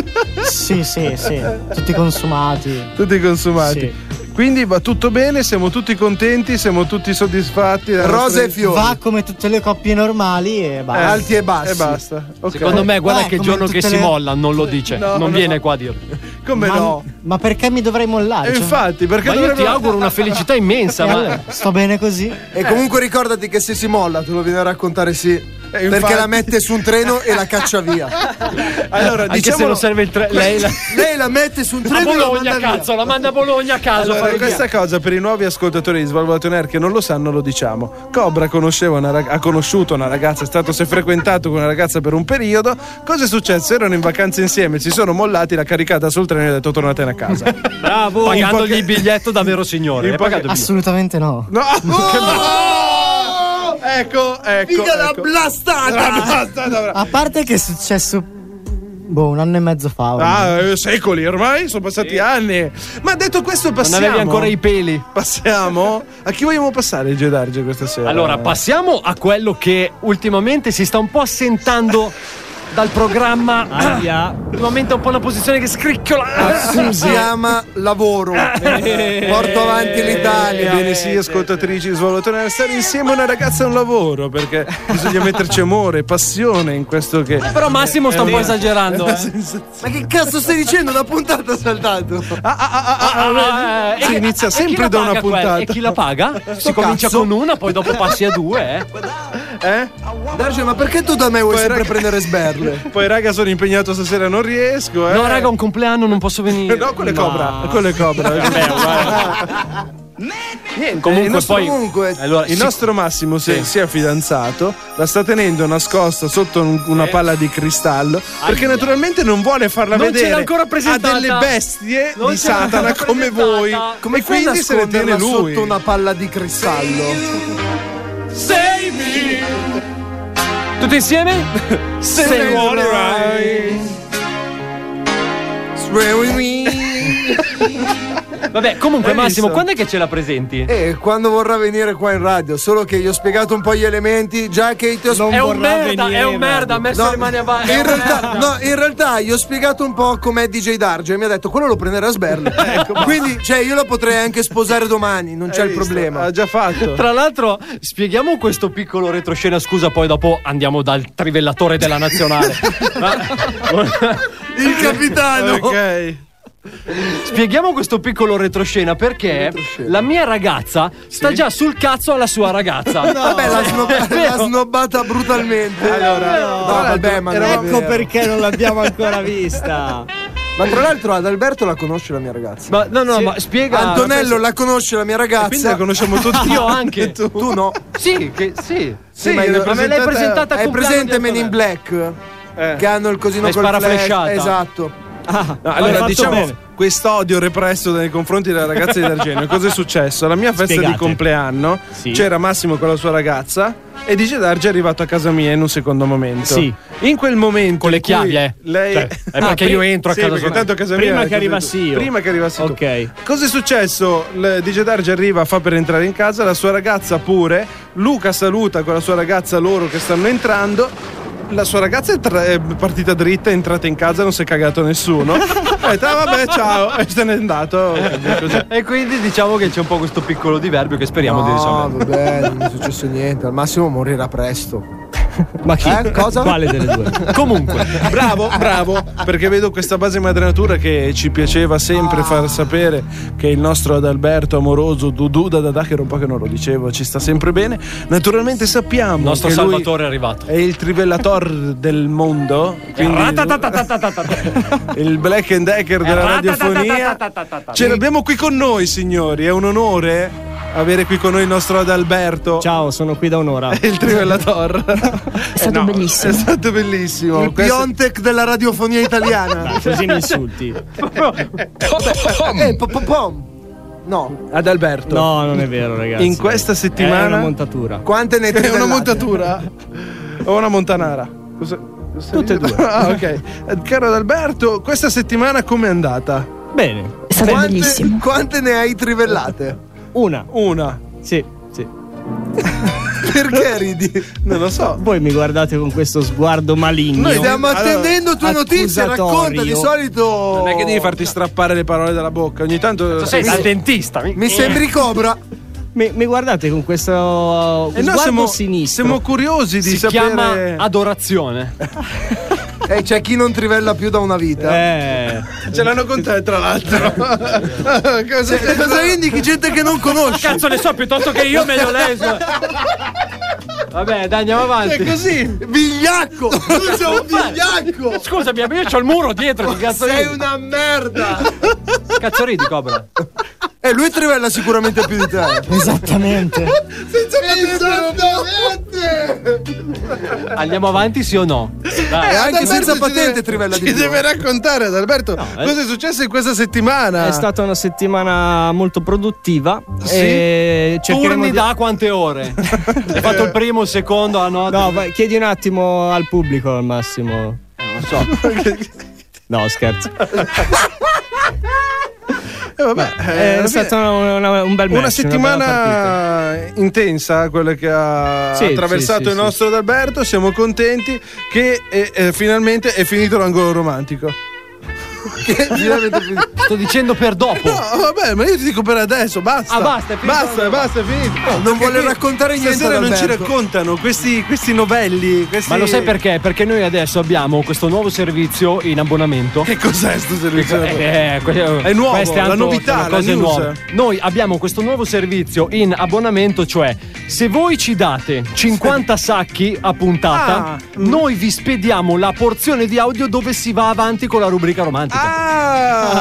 Sì, sì, sì. Tutti consumati.
tutti consumati.
Sì.
Quindi va tutto bene, siamo tutti contenti, siamo tutti soddisfatti. della nostra-
Rose Va come tutte le coppie normali e basta.
Eh, alti e bassi. E basta. Ok.
Secondo me, guarda
Beh,
che
Eh, come
giorno
tutte
che si
le-
molla non lo dice,
No,
non
no.
viene qua a dirlo.
Come Eh,
ma,
no?
Ma perché mi dovrei mollare? Cioè,
ma io ti auguro una felicità immensa,
Eh,
ma
allora, Sto bene così.
Eh.
E comunque ricordati che se si molla te lo viene a raccontare sì.
Eh, infatti.
Perché la mette su un treno e la caccia via.
Allora,
Anche
diciamo
se non
serve il tre-
lei la- Lei la mette su un
a
treno e la
Bologna,
manda via.
cazzo, la manda a Bologna a caso.
Allora,
fai via.
questa cosa per i nuovi ascoltatori di Svalvolato Air che non lo sanno, lo diciamo. Cobra conosceva una rag- ha conosciuto una ragazza, è stato si è frequentato con una ragazza per un periodo. Cosa è successo? Erano in vacanza insieme, si sono mollati, l'ha caricata sul treno e gli ha detto tornatene a casa.
Bravo,
Poi in
pagandogli
poche-
il biglietto da vero signore. eh,
In
Hai
poche-
pagato il biglietto.
Assolutamente no.
No!
Oh!
Ecco, ecco.
Figa la
ecco.
blastata!
La blastata, bravo.
A parte che è successo boh, un anno e mezzo fa. ormai.
Ah, eh, secoli ormai, sono passati anni. Ma detto questo, passiamo.
avevi ancora i peli.
Passiamo. A chi vogliamo passare il Gedarge questa sera?
Allora, passiamo a quello che ultimamente si sta un po' assentando dal programma.
Aia.
Ultimamente è un po' una posizione che scricchiola.
Si chiama lavoro.
Eh,
Porto avanti l'Italia.
Bene, eh, sì, ascoltatrici di Svolotonera, stare insieme a una ragazza è un lavoro perché bisogna metterci amore, passione in questo che.
Però Massimo sta un po' esagerando. eh.
Ma che cazzo stai dicendo? Una puntata saltato.
ah,
Ah, eh,
Si
eh,
inizia
eh,
sempre
chi la
da una
paga quella?
puntata. Eh,
E chi la paga? Si comincia
cazzo.
con una, poi dopo passi a due. Eh?
Eh?
Darge, ma perché tu da me vuoi
Poi,
sempre
raga-
prendere sberle?
Poi, raga, sono impegnato stasera, non riesco. Eh.
No, raga, ho un compleanno, non posso venire.
No, quello è
Ma-
Cobra. Quello è Cobra.
Vabbè, guarda.
Niente,
Comunque
il nostro,
poi-
comunque,
allora,
il
sì-
nostro Massimo si,
Sì.
si è fidanzato, la sta tenendo nascosta sotto un- una palla di cristallo perché naturalmente non vuole farla
Eh. Non ce
vedere
l'ha ancora
a
presentata.
delle bestie
Non
di
ce l'ha
Satana
ancora
come
presentata.
voi.
Come
e
fai a
quindi se ne tiene
nasconderla
lui.
sotto una palla di cristallo?
Tutti insieme? Save Vabbè, comunque,
Hai
Massimo,
visto?
quando è che ce la presenti?
E Eh, quando vorrà venire qua in radio, solo che gli ho spiegato un po' gli elementi, già che ti ho
È un merda, è un merda, ha messo
No,
le mani avanti.
In realtà, no, in realtà gli ho spiegato un po' com'è DJ Darge e mi ha detto quello lo prenderà a sberle.
Ecco,
Quindi, cioè, io lo potrei anche sposare domani, non c'è il problema.
Ha già fatto.
Tra l'altro, spieghiamo questo piccolo retroscena. Scusa, poi dopo andiamo dal trivellatore della nazionale.
Il capitano!
ok.
Spieghiamo questo piccolo retroscena perché la mia ragazza sta già sul cazzo alla sua ragazza.
Vabbè, l'ha, snob-
È vero.
l'ha snobbata brutalmente.
Allora,
no,
tra l'altro,
vabbè, ma non è
eravamo-
vero.
Ecco perché non l'abbiamo ancora vista.
Ma tra l'altro, ad Alberto la conosce la mia ragazza.
Ma no, no, ma spiega.
Antonello la conosce la mia
Quindi la
ragazza.
conosciamo tutti.
Io anche.
Tu.
Tu no.
Sì, che, sì.
Sì, eh,
ma
l'hai
io-
Ma me l'hai
presentata-
presentata
Hai
con
presente Men in Black?
Eh.
Che hanno il cosino
L'hai
col flash.
sparaflesciata.
Esatto.
No, allora
fatto
diciamo
bene.
quest'odio represso nei confronti della ragazza di D'Argenio. Cosa è successo? Alla mia festa
Spiegate.
di compleanno
Sì.
c'era Massimo con la sua ragazza e DJ Darge è arrivato a casa mia in un secondo momento.
Sì.
In quel momento
Con le
in cui
chiavi, eh.
Lei
Cioè, è perché io entro a
ah, sì,
casa
perché
sua.
tanto a casa
Prima
mia-
che arrivassi io.
Prima che arrivassi tu.
Ok.
Cosa è successo? Il DJ Darge arriva, fa per entrare in casa, la sua ragazza pure. Luca saluta con la sua ragazza loro che stanno entrando. La sua ragazza è, tra- è partita dritta, è entrata in casa, non si è cagato nessuno. Ha detto, "Ah, vabbè, ciao, e se n'è andato.
Eh, cioè,
Così.
E quindi diciamo che c'è un po' questo piccolo diverbio che speriamo di
No,
risolvere.
Ah, vabbè, non mi è successo niente. Al massimo morirà presto.
Ma chi?
Eh, cosa?
Quale delle due?
Comunque,
Bravo, bravo, perché vedo questa base madrenatura che ci piaceva
Ah.
sempre far sapere che il nostro Adalberto amoroso Dudu Dadadà, che era un po' che non lo dicevo, ci sta sempre bene. Naturalmente sappiamo
il nostro
che lui
Salvatore è arrivato.
è il trivellator del mondo, quindi il black and decker della radiofonia. Cioè, Ce l'abbiamo qui con noi, signori, è un onore avere qui con noi il nostro Adalberto.
Ciao, sono qui da un'ora.
Il trivellator. È stato bellissimo. È stato bellissimo.
Il
Questo-
Piontek della radiofonia italiana.
Così mi insulti.
eh, po- po- pom. No,
Adalberto.
No, non è vero, ragazzi.
In questa
È una
settimana
montatura.
quante ne
è una
tritellate?
montatura o una montanara? Cosa- cosa
Tutte e
dici?
due.
ah, ok. Eh, Caro Adalberto, questa settimana com'è andata?
Bene.
Quante, quante ne hai trivellate?
Una.
Una.
Sì, sì.
Perché ridi? Non lo so.
Voi mi guardate con questo sguardo maligno.
Noi stiamo attendendo tue notizie,
accusatorio.
racconta di solito.
Non è che devi farti strappare le parole dalla bocca. Ogni tanto.
sei dal dentista.
Mi sembri cobra.
Mi, mi guardate con questo
Eh no,
sguardo
siamo-
sinistro.
siamo curiosi di
si
sapere-
chiama adorazione.
E Eh, c'è chi non trivella più da una vita.
Eh.
Ce l'hanno con te, tra l'altro. cosa,
cosa indichi? Gente che non conosci.
Cazzo ne so piuttosto che io meglio lei. Vabbè, dai, andiamo avanti.
È così, vigliacco! Tu sei un vigliacco!
Scusami, ma io c'ho il muro dietro. Che cazzo
Sei
ridi?
una merda!
Cazzo ridi, Cobra?
E lui trivella sicuramente più di te.
Esattamente.
Senza patente!
Andiamo avanti, sì o no? Dai.
E Eh, anche senza patente trivella
trivella
di
Ci
più.
deve raccontare ad Alberto
eh.
cosa è successo in questa settimana.
È stata una settimana molto produttiva.
Sì?
Eh,
E cercheremo
Turni
di-
da quante ore? Hai fatto il primo, il secondo, la notte?
No, vai- chiedi un attimo al pubblico al massimo.
non so.
No, scherzo.
Eh, vabbè, eh, alla
è
fine-
stato una- una- un bel match, bella
una
partita.
settimana intensa quella che ha
Sì,
attraversato
sì, sì,
il
sì.
nostro Adalberto. Siamo contenti che eh, eh, finalmente è finito l'angolo romantico.
Sto dicendo per dopo.
No, vabbè, ma io ti dico per adesso, basta.
Ah, basta, è finito Oh,
Basta,
l'angolo.
basta, è finito.
Non vuole
Perché
raccontare niente
Stasera non ci
Adalberto.
raccontano questi, questi novelli. questi-
Ma lo sai perché? Perché noi adesso abbiamo questo nuovo servizio in abbonamento.
Che cos'è sto servizio?
Eh, eh, que-
È nuovo,
queste
la
hanno-
novità,
sono
la
cose
news.
nuove. Noi abbiamo questo nuovo servizio in abbonamento, cioè se voi ci date 50 sacchi a puntata,
Ah.
noi vi spediamo la porzione di audio dove si va avanti con la rubrica romantica.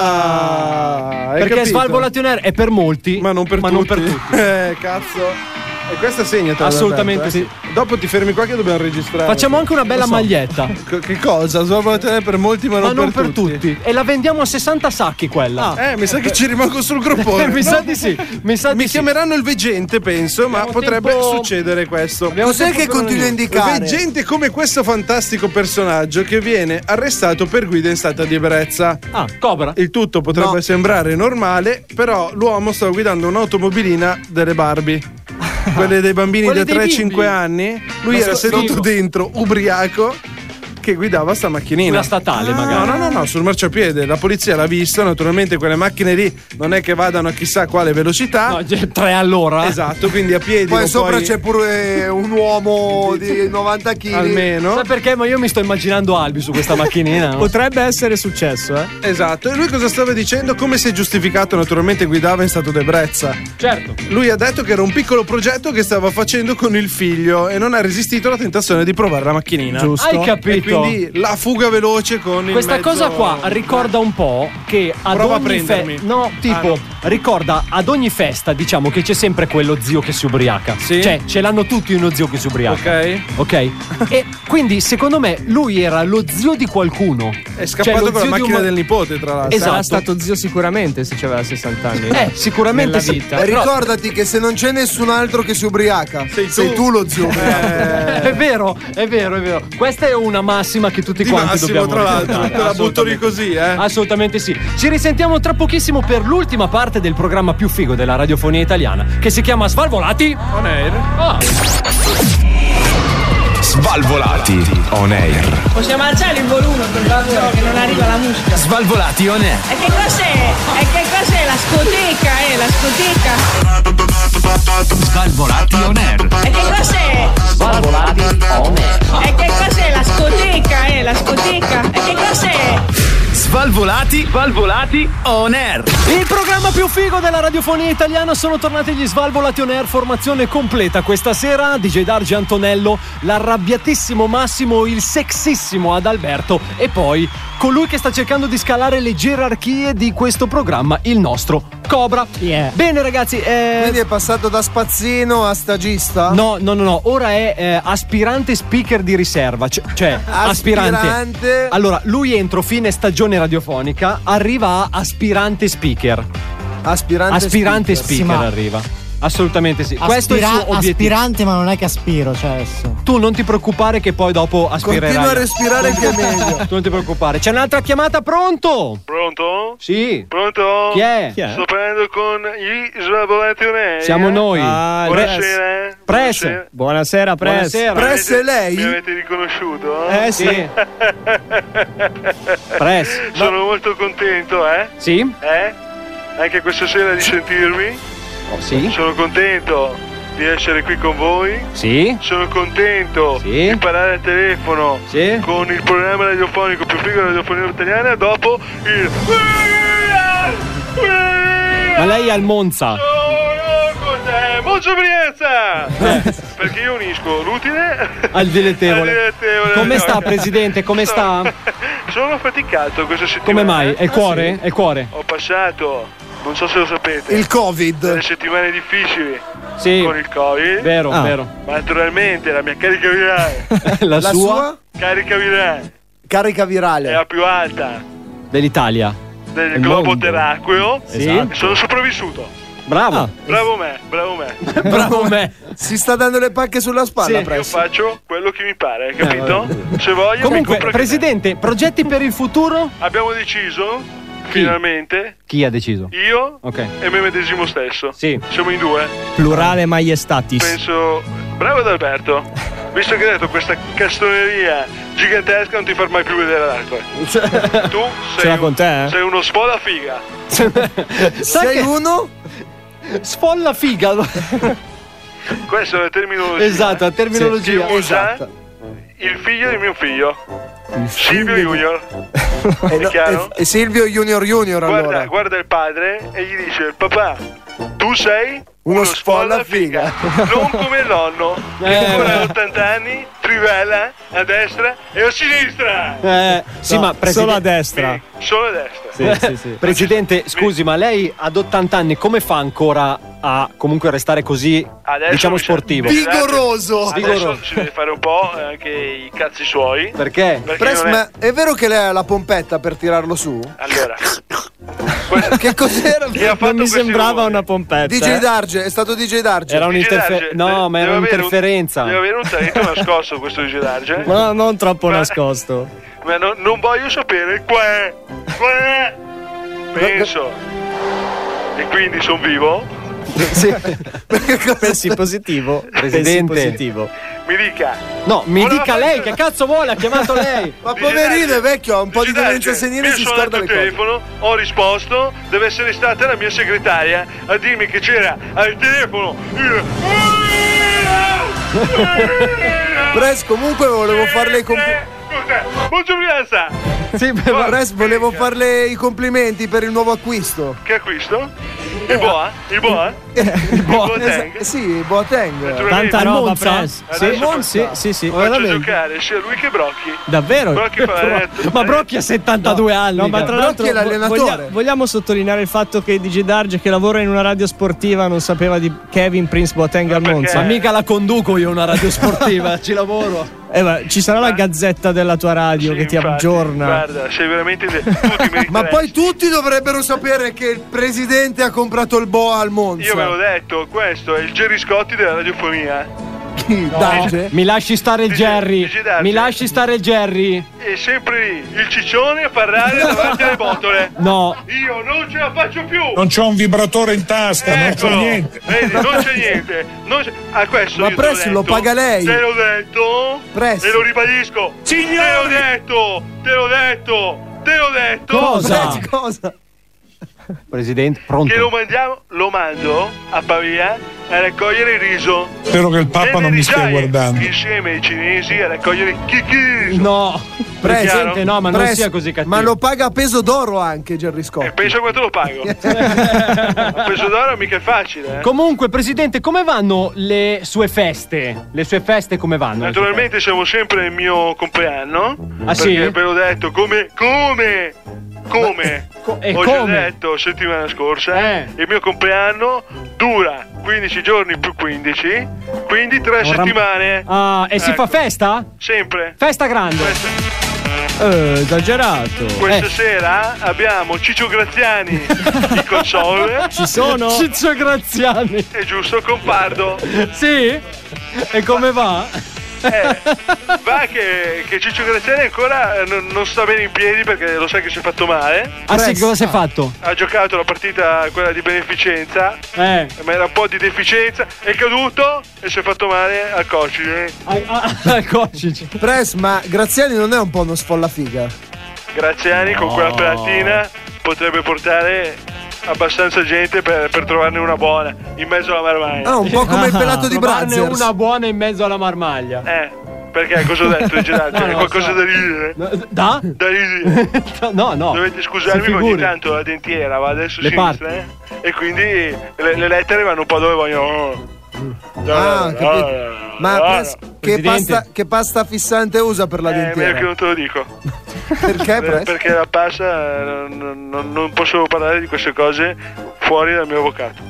Ah, hai
Perché
capito?
Svalvolation Air è per molti,
Ma non per
ma
tutti.
non per tutti.
eh, cazzo. E questa segna tra l'altro,
Assolutamente
eh.
sì.
Dopo ti fermi qua che dobbiamo registrare.
Facciamo anche una bella
Lo so.
maglietta.
Co- Che cosa? Svalvolation per molti, ma non,
Ma non
per,
per tutti. E la vendiamo a 60 sacchi quella.
Eh, mi sa che ci rimango sul gruppone.
Eh, mi sa di sì. Mi sa di
Mi
sì.
chiameranno il veggente, penso, ma
Abbiamo
potrebbe
tempo-
succedere questo.
Abbiamo
Cos'è
tempo
che
per una
continui a
news.
indicare?
Veggente come questo fantastico personaggio che viene arrestato per guida in stata di ebbrezza.
Ah, Cobra.
Il tutto potrebbe
No.
sembrare normale, però l'uomo stava guidando un'automobilina delle Barbie. Quelle dei bambini
Quelle
da
dei
3-5
bimbi.
anni. Lui
Ma
era
sto-
seduto
figo.
dentro, ubriaco, che guidava sta macchinina.
Una statale,
No,
magari.
no, Ah, no, no, sul marciapiede. La polizia l'ha visto. Naturalmente quelle macchine lì non è che vadano a chissà quale velocità.
No, ge- tre all'ora.
Esatto, quindi a piedi.
Poi
non
sopra
puoi-
c'è pure un uomo di 90 kg.
Almeno.
Sai perché? Ma io mi sto immaginando Albi su questa macchinina. no?
Potrebbe essere successo, eh?
Esatto, e lui cosa stava dicendo? Come si è giustificato? Naturalmente guidava in stato d'ebbrezza.
certo.
Lui ha detto che era un piccolo progetto che stava facendo con il figlio e non ha resistito alla tentazione di provare la macchinina.
Giusto.
Hai
E
capito?
quindi la fuga veloce con il
Questa
mezzo-
cosa qua ricorda un po' che ad
Prova a
ogni
prendermi. Ah,
No, tipo, ricorda ad ogni festa, diciamo, che c'è sempre quello zio che si ubriaca.
Sì.
Cioè, ce l'hanno tutti uno zio che si ubriaca.
Ok.
Ok? e quindi, secondo me, lui era lo zio di qualcuno.
È scappato
Cioè, lo
con la
zio di un
macchina
ma-
del nipote, tra l'altro.
Esatto.
Sarà stato zio sicuramente se aveva 60 anni.
Eh, sicuramente
Nella
sì.
vita.
Però-
Eh, Ricordati che se non c'è nessun altro che si ubriaca, sei tu, lo zio.
È vero, è vero, è vero. Questa è una massima che tutti
Di
quanti
Massimo,
dobbiamo
tra l'altro.
ricordare.
Te la butto lì
Assolutamente.
così, eh.
Assolutamente sì. Ci risentiamo tra pochissimo per l'ultima parte del programma più figo della radiofonia italiana, che si chiama Svalvolati Ah. on air.
Svalvolati on air.
Possiamo alzare il volume per favore che non arriva la musica.
Svalvolati on air.
E che cos'è? E che cos'è? La scoteca, eh, la scoteca.
Svalvolati on air.
E che cos'è?
Svalvolati on air.
E che cos'è? La scoteca, eh, la scoteca. E che cos'è?
Svalvolati, svalvolati on air.
Il programma più figo della radiofonia italiana sono tornati gli Svalvolati on air, formazione completa questa sera. DJ Dargi Antonello, l'arrabbiatissimo Massimo, il sexissimo Adalberto e poi colui che sta cercando di scalare le gerarchie di questo programma, il nostro Cobra.
Yeah.
Bene ragazzi, eh,
Quindi è passato da spazzino a stagista?
No, no, no, no, ora è eh, aspirante speaker di riserva, c- cioè aspirante.
Aspirante.
Allora, lui entro fine stagione radiofonica, arriva a aspirante speaker.
Aspirante,
Aspirante
speaker.
speaker,
Sì, ma-
arriva. Assolutamente sì. Questo è il
Aspira-
suo obiettivo.
aspirante, ma non è che aspiro, cioè adesso.
Tu non ti preoccupare che poi dopo aspirerai.
Continua a respirare che è meglio.
Tu non ti preoccupare. C'è un'altra chiamata pronto?
Pronto?
Sì.
Pronto?
Chi è?
eh.
Sto parlando con gli Svalvolati on air.
Siamo noi.
Ah,
Buonasera.
Press. Buonasera, Press.
Buonasera. Press
è lei?
Mi avete riconosciuto?
Eh, sì. Press.
Sono molto contento, eh?
Sì.
Eh? Anche questa sera di sentirmi.
Oh, sì.
Sono contento di essere qui con voi.
Sì.
Sono contento
Sì.
di parlare al telefono
Sì.
con il programma radiofonico più figo della radiofonia italiana dopo il
Ma lei è al Monza.
Eh, Monza Brienza! Perché io unisco l'utile
Al
al
dilettevole.
dilettevole.
Come sta, presidente? Come sta?
Sono affaticato questa settimana.
Come
Ah,
mai? È il cuore? È il cuore.
Ho passato, non so se lo sapete,
Il Covid.
delle settimane difficili
Sì.
con il Covid.
Vero,
Ah.
vero.
Ma naturalmente la mia carica virale,
La,
La
sua,
sua?
carica virale
Carica
è
virale.
la più alta
dell'Italia.
del
Del
globo
mondo.
terracqueo.
Sì. Esatto.
Sono sopravvissuto.
Bravo.
Ah.
Bravo me, bravo me.
Bravo me.
Si sta dando le pacche sulla spalla.
Io
Press.
faccio quello che mi pare, hai capito? Se voglio
Eh, Comunque,
mi compro anche
presidente, progetti per il futuro?
te. abbiamo deciso finalmente
Chi ha deciso?
io
Ok.
e me medesimo stesso.
Sì.
Siamo in due.
Plurale maiestatis.
Penso. Bravo ad Alberto. Visto che hai detto questa castoneria gigantesca non ti far mai più vedere l'acqua. Tu
Ce
sei,
l'ha
un-
con te, eh?
sei uno spola figa.
Sai
Sei
che-
uno?
Sfolla figa.
Questa è la terminologia.
Esatto, la terminologia. Esatto.
Che usa Il figlio di mio figlio. Silvio Junior.
Eh
E,
È chiaro?
e Silvio Junior Junior
Guarda,
allora.
guarda il padre e gli dice: Papà, tu sei
Uno sfolla
spolla figa.
figa.
Non come il nonno, che
Eh,
ancora ha
beh.
80 anni, trivella a destra e a sinistra.
Eh, sì, ma
solo a
destra.
Solo a destra.
Presidente, scusi, ma lei ad 80 anni come fa ancora a comunque restare così,
Adesso
diciamo,
mi sa-
sportivo?
Vigoroso.
Adesso
Vigoroso.
ci deve fare un po' eh, anche i cazzi suoi.
Perché?
Perché
Press,
non è-
ma è vero che lei ha la pompetta per tirarlo su?
Eh,
Allora,
Che cos'era?
chi ha fatto
Non mi
questi
sembrava
rumori?
una pompetta.
DJ
eh.
Darge, è stato DJ Darge.
Era
DJ
un'interferenza.
Darge,
No,
de-
ma era
deve avere un-
un'interferenza.
Deve avere un talento nascosto questo di Darge.
Ma no, non troppo
Ma-
nascosto.
Ma non- non voglio sapere qua. qua. Penso. E quindi sono vivo.
Sì. Pensi positivo. Pensi
Presidente.
positivo.
Mi dica.
No, mi
Volevo
dica
fare-
lei, che cazzo vuole? Ha chiamato lei.
Ma poverino è vecchio, ha un po' di
Darge,
demenza senile
mi
e si
sono
scorda
dato
le
il
cose.
telefono, ho risposto, deve essere stata la mia segretaria a dirmi che c'era al telefono. il-
Press, comunque volevo farle i complimenti.
Buongiorno Brianza!
Sì,
Porca
Press, volevo
miseria.
farle i complimenti per il nuovo acquisto.
Che acquisto? Il boa? Il boa? Il boa Tang?
Eh, sì, Boateng.
Tanta
Naturalmente.
roba,
Monza?
Press.
Adesso
Sì, sì,
basta.
sì, sì.
Faccio giocare sia lui che Brocchi.
Davvero?
Brocchi Palaretto.
Ma Brocchi ha 72 anni.
eh, No, ma
cara.
tra
Brocchi
l'altro
è l'allenatore.
voglia- vogliamo sottolineare il fatto che DJ Darge che lavora in una radio sportiva non sapeva di Kevin Prince Boateng al
perché?
Monza.
Ma mica la conduco io una radio sportiva, ci lavoro.
Eh, ma ci sarà la gazzetta della tua radio
Sì,
che ti
infatti,
aggiorna.
Guarda, sei veramente. de- tu ti meriteresti.
Ma poi tutti dovrebbero sapere che il presidente ha comprato il boa al Monza.
Io ve l'ho detto, questo è il Jerry Scotti della radiofonia.
Chi? Darge?
Mi lasci stare il
Dice-
Jerry.
dice Darge.
Mi lasci stare il Jerry.
E sempre lì, il ciccione a parlare davanti alle botole.
No.
Io non ce la faccio più!
Non c'ho un vibratore in tasca, non c'ho
Eccolo.
niente.
Vedi, non c'è niente. Non c'è- A questo
Ma
io te l'ho
Presti lo
detto,
paga lei.
Te l'ho detto.
Presti.
E lo ribadisco. Te l'ho detto. Te l'ho detto. Te l'ho detto.
Cosa?
Press, cosa?
Presidente,
Che lo
pronto.
mandiamo, lo mando a Pavia a raccogliere il riso.
Spero che il Papa
Nelle
non mi stia
risaie,
guardando.
Insieme ai cinesi a raccogliere chicchi.
No.
chiaro?
Presidente, no, ma non
Press,
sia così cattivo.
Ma lo paga a peso d'oro anche Gerry Scott.
Pensa quanto lo pago. A peso d'oro mica è facile. eh.
Comunque, presidente, come vanno le sue feste? Le sue feste come vanno?
Naturalmente siamo sempre nel mio compleanno.
Ah, sì?
perché ve l'ho detto come come come
co- e
ho già
come?
detto settimana scorsa,
Eh.
il mio compleanno dura 15 giorni più 15, quindi 3
ram-
settimane.
Ah, e si
Ecco.
fa festa?
Sempre.
Festa grande.
Questa,
Eh, esagerato.
questa
Eh.
sera abbiamo Ciccio Graziani di console
Ci sono?
Ciccio Graziani.
e giusto compardo.
Sì? E come va?
Eh, va che, che Ciccio Graziani ancora eh, non, non sta bene in piedi perché lo sa che si è fatto male.
Ah sì, cosa si è fatto?
Ha giocato la partita, quella di beneficenza,
Eh.
ma era un po' di deficienza. È caduto e si è fatto male al coach. eh.
Press, ma Graziani non è un po' uno sfollafiga.
Graziani con quella pelatina potrebbe portare abbastanza gente per, per trovarne una buona in mezzo alla
Ah,
marmaglia.
Trovarne una buona in mezzo alla marmaglia.
Eh, perché cosa ho detto in girato?
No, no,
È qualcosa
so.
da ridere?
Da?
Da ridere.
no, no.
Dovete
Si
scusarmi, ma ogni
figuri.
tanto la dentiera va adesso
Le
sinistra eh? e quindi le, le lettere vanno un po' dove vogliono.
Ah, capito. Ma Press, che,
Presidente.
pasta, che pasta fissante usa per la
Eh, meglio che
dentiera?
non te lo dico.
Perché,
Per- Perché la pasta eh, non, non- non posso parlare di queste cose fuori dal mio avvocato.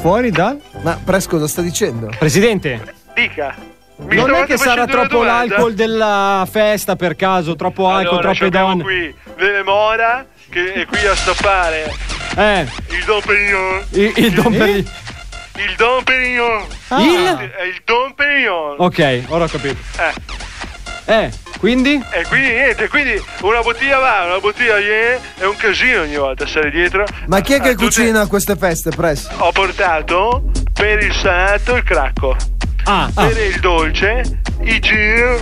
Fuori dal? Ma Press cosa sta dicendo?
Presidente.
Dica. Mi
non è
stavate
che sarà
facendo una
troppo
domanda?
l'alcool della festa per caso, troppo alcol,
Allora,
troppe
abbiamo
donne.
qui Lele Mora che è qui a stappare
Eh,
il Don Perignon.
il, il Don Perignon.
Il Don Perignon.
Ah. Il? Oh.
È il Don Perignon.
Ok, ora ho capito.
Eh.
Eh, quindi?
E quindi niente, quindi una bottiglia va, una bottiglia viene, è un casino ogni volta stare dietro.
Ma chi è
Ah,
che
tutte-
cucina a queste feste, Press?
Ho portato per il salato il cracco.
Ah,
per il dolce i giro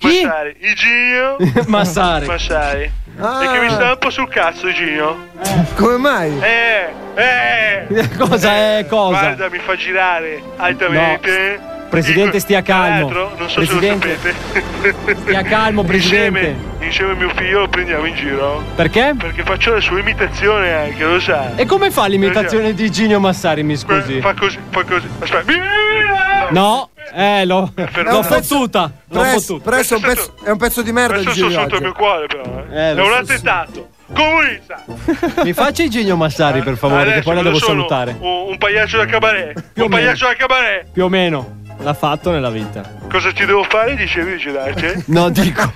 massari. I giro
Massari. Ah.
massari. E che mi sta un po' sul cazzo i giro.
Come mai?
Eh, eh.
Cosa è cosa?
Guarda, mi fa girare altamente.
Presidente, stia calmo.
Tra l'altro, non so
Presidente.
se lo sapete.
Stia calmo, presidente.
Insieme, insieme a mio figlio lo prendiamo in giro.
Perché?
Perché faccio la sua imitazione anche, lo sa.
E come fa l'imitazione di Ginio Massari, mi scusi?
Fa così, fa così. Aspetta.
No, eh, l'ho, l'ho fottuta. L'ho
Press,
fottuta.
Press è, un pezzo, è un pezzo di merda il
Adesso sono
giro
sotto il mio cuore, però. eh.
Eh,
È
lo
un
so,
attentato. Comunista.
Mi faccia Ginio Massari, per favore, che
Adesso
poi la
cosa
devo
sono?
salutare.
Un, un pagliaccio da cabaret.
Più o
un
meno.
pagliaccio da cabaret.
Più o meno. L'ha fatto nella vita.
Cosa ci devo fare? Dicevi di girarci?
No, dico.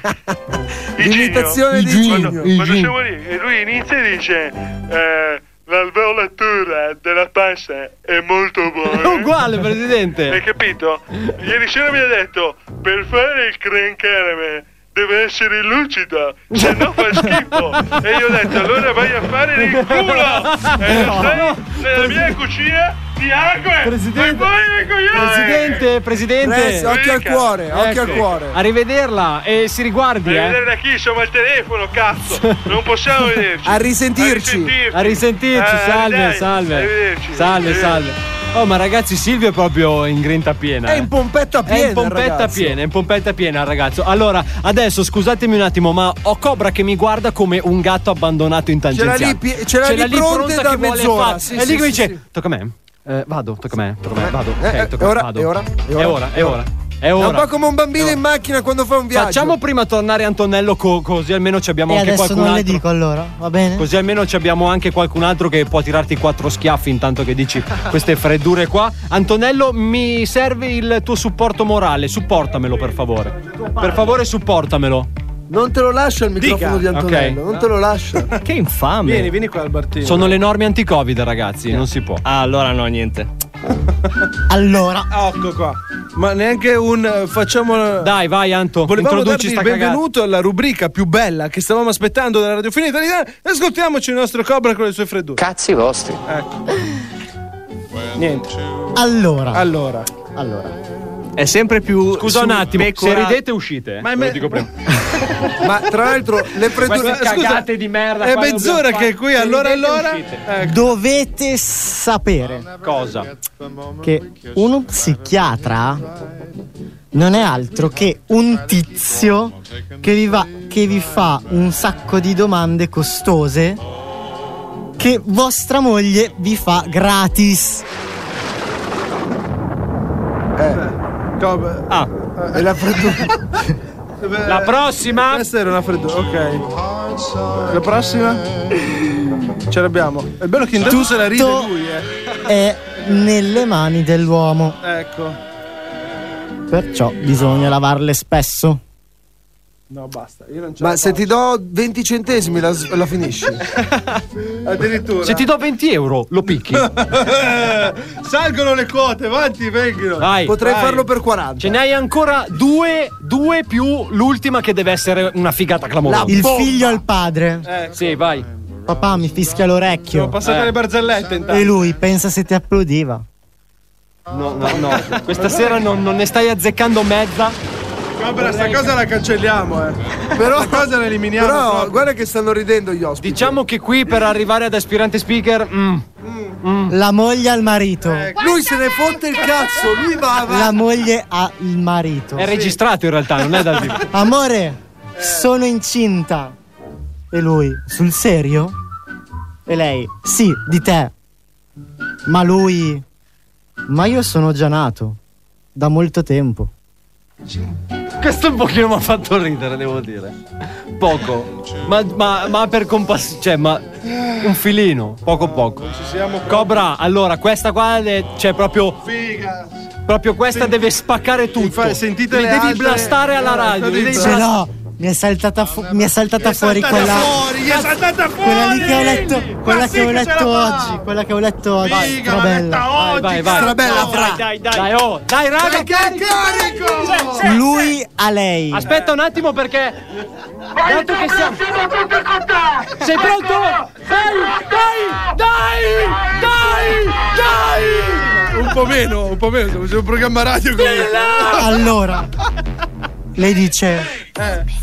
L'imitazione
di Ginio.
Quando,
Il
quando
Ginio.
siamo lì, e lui inizia e dice: eh, L'alveolatura della pasta è molto buona.
È uguale, presidente.
Hai capito? Ieri sera mi ha detto: Per fare il creme caramel deve essere lucida, se no fa schifo. e io ho detto: Allora vai a fare il culo. E lo
No.
sai, nella mia cucina ti acqua. ecco Presidente,
Presidente,
eh.
presidente. Ecco. Arrivederla e si riguardi,
Devi
eh.
vedere da chi siamo al telefono, cazzo. Non possiamo vederci.
A risentirci.
A risentirci.
A risentirci,
Eh,
salve,
dai,
salve.
Arrivederci. Eh.
Salve,
Arrivederci.
salve. Oh, ma ragazzi, Silvio è proprio in grinta piena.
È
eh.
in pompetta
È
piena.
in pompetta
ragazzi.
piena, è in pompetta piena il ragazzo. Allora, adesso scusatemi un attimo, ma ho Cobra che mi guarda come un gatto abbandonato in
l'ha
tangenziale.
lì pi- ce l'ha lì pronta da
che vuole
mezz'ora,
fare-
sì,
e lì
sì,
che mi
sì,
dice:
sì.
Tocca a me. Eh, vado, tocca a me, tocca a me, vado.
Eh, eh,
ok, tocca
è ora,
vado.
è ora, è
è
ora,
ora,
è
è ora. È
È un
ora.
po' come un bambino in macchina quando fa un viaggio.
Facciamo prima tornare Antonello co- così almeno ci abbiamo
E
anche
adesso
qualcun
non le
altro.
dico allora, va bene?
Così almeno ci abbiamo anche qualcun altro che può tirarti quattro schiaffi intanto che dici queste freddure qua. Antonello, mi serve il tuo supporto morale, supportamelo per favore. Per favore, supportamelo.
Non te lo lascio il microfono
Dica.
di Antonello,
Ok.
non te lo lascio.
Che infame.
Vieni, vieni qua Albertino.
Sono le norme anti-Covid, ragazzi, non si può. Ah, allora no, niente.
Allora.
Ecco qua. Ma neanche un eh, facciamo
Dai, vai Anto,
Volevamo
introduci
darvi il
sta
benvenuto alla rubrica più bella che stavamo aspettando dalla radiofonia italiana. Ascoltiamoci il nostro Cobra con le sue freddure.
Cazzi vostri.
Ecco.
Niente.
Allora.
Allora.
È sempre più.
Scusa un attimo, se ridete uscite. eh.
Ma è
Ve lo
me-
dico prima.
Ma tra l'altro
Queste
le freddure
cagate di merda
È
qua dobbiamo
mezz'ora
fare.
che è qui,
Se
allora,
ridete,
allora. ecco.
uscite.
Dovete sapere
Cosa?
che uno psichiatra non è altro che un tizio che vi, va- che vi fa un sacco di domande costose che vostra moglie vi fa gratis.
Ah.
Eh,
È la freddura.
La prossima?
Questa era una freddura, ok. La prossima? Ce l'abbiamo. È bello che intanto se la ride
Tutto-
lui, eh.
È nelle mani dell'uomo,
Ecco.
perciò bisogna lavarle spesso.
No, basta. Io non ce
Ma
la
se
faccio.
ti do 20 centesimi la, s- la finisci?
Addirittura.
Se ti do 20 euro, lo picchi.
Salgono le quote, avanti, vengono.
Vai,
Potrei
vai.
farlo per 40.
Ce ne hai ancora due, due più l'ultima che deve essere una figata clamorosa. Eh,
il figlio al padre.
Sì, vai.
Papà mi fischia l'orecchio.
Sono passate Eh. le barzellette intanto.
E lui pensa se ti applaudiva.
No, no, no. Questa sera non, non ne stai azzeccando mezza.
Vabbè, sta cosa la cancelliamo, eh.
Però
cosa la eliminiamo
Però
proprio.
guarda che stanno ridendo gli ospiti.
Diciamo che qui per arrivare ad aspirante speaker. mm,
La moglie al marito.
Lui se ne fotte il cazzo, lui va avanti.
La moglie al marito.
è registrato in realtà, non è dal vivo.
Amore, sono incinta. E lui, sul serio? E lei, sì, di te. Ma lui, ma io sono già nato. Da molto tempo.
Questo un pochino mi ha fatto ridere, devo dire. Poco. Ma, ma- ma per compassione. Cioè, ma. Un filino, poco poco. Cobra, allora, questa qua è- cioè proprio.
Figa.
Proprio questa deve spaccare tutto.
sentite
Li
le
devi
altre-
blastare alla radio. li Eh, devi
Ce
blast-
l'ho, mi è saltata, fu- mi è saltata fuori
saltata
quella.
fuori, gli è saltata fuori!
Quella lì che ho letto, quella
Ma
che
sì
ho
che ce
letto
la fa!
oggi, quella che ho letto oggi.
Figa, l'ho
strabella.
letta oggi,
Vai, vai.
strabella,
No,
fra.
Dai, dai, dai. Dai, oh, dai, raga.
carico!
Lui a lei.
Aspetta un attimo perché. Tanto che siamo. Sei pronto? Dai, dai, dai, dai,
Un po' meno, un po' meno. C'è un programma radio con
Allora, lei dice: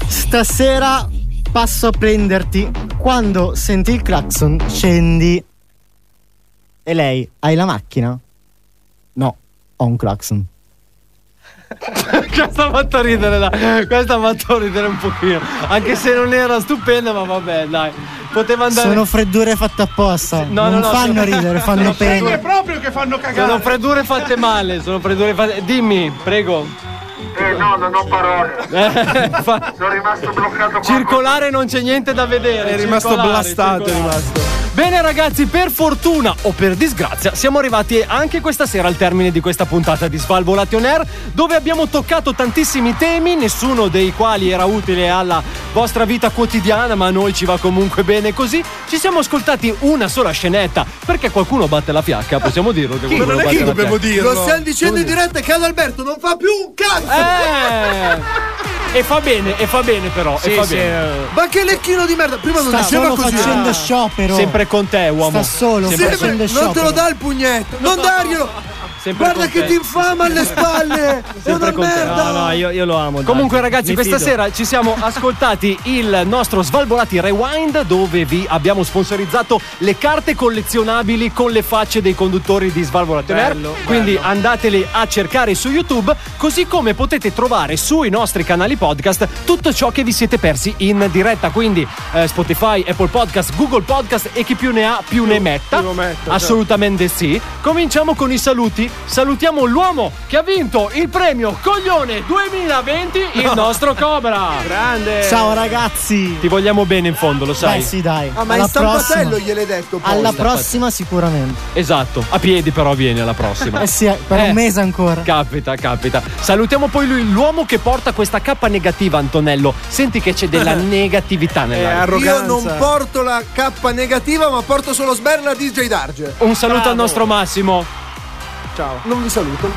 Stasera passo a prenderti. Quando senti il clacson, scendi. E lei, hai la macchina? No, ho un clacson.
dai. Questa ha fatto ridere, dai. Questa ha fatto ridere un pochino. Anche se non era stupenda, ma vabbè, dai. Poteva andare.
Sono freddure fatte apposta.
no,
non
no,
fanno
sono-
ridere, fanno
sono
pena.
proprio che fanno
Sono freddure fatte male, sono freddure fatte. Dimmi, prego.
Eh no, non ho parole.
Eh, fa-
Sono rimasto bloccato
Circolare non c'è niente da vedere.
È rimasto
circolare,
blastato, è
circolare.
rimasto.
Bene ragazzi, per fortuna o per disgrazia siamo arrivati anche questa sera al termine di questa puntata di Svalvolati On Air dove abbiamo toccato tantissimi temi, nessuno dei quali era utile alla vostra vita quotidiana ma a noi ci va comunque bene così. Ci siamo ascoltati una sola scenetta perché qualcuno batte la fiacca, possiamo dirlo. che qualcuno batte la fiacca.
Lo stiamo dicendo in diretta che Adalberto non fa più un cazzo.
Eh, e fa bene, e fa bene però, e fa bene.
Ma che lecchino di merda! Prima non
Sta
diceva
solo
così.
facendo
Ah.
sciopero.
Sempre con te uomo.
Sta solo
Sempre-
facendo
Non te
sciopero.
lo dà il pugnetto, non darglielo.
Sempre
Guarda
con
che
te.
ti infama alle spalle. È una
con te.
merda.
No, no, io, io lo amo.
Comunque
Dante.
ragazzi,
Mi
questa
fido.
sera ci siamo ascoltati il nostro Svalvolati Rewind dove vi abbiamo sponsorizzato le carte collezionabili con le facce dei conduttori di Svalvolati On Air.
Bello,
Quindi andatele a cercare su YouTube, così come potete trovare sui nostri canali podcast tutto ciò che vi siete persi in diretta, quindi eh, Spotify, Apple Podcast, Google Podcast e chi più ne ha più ne metta.
più lo metta,
Assolutamente sì. Cominciamo con i saluti. Salutiamo l'uomo che ha vinto il premio Coglione 2020, il nostro Cobra. Grande.
Ciao ragazzi.
Ti vogliamo bene in fondo, lo sai.
Dai, sì, dai.
Ah, ma
Alla
in stampatello
prossima.
gliel'hai detto. poi.
Alla prossima sicuramente.
Esatto. A piedi però vieni alla prossima.
Eh sì, per
Eh.
un mese ancora.
Capita, capita. Salutiamo poi lui, l'uomo che porta questa K negativa, Antonello. Senti che c'è della negatività
Eh,
nell'aria.
Io non porto la K negativa, ma porto solo sberla DJ Darge.
Un saluto al nostro Massimo.
Ciao. Non vi saluto.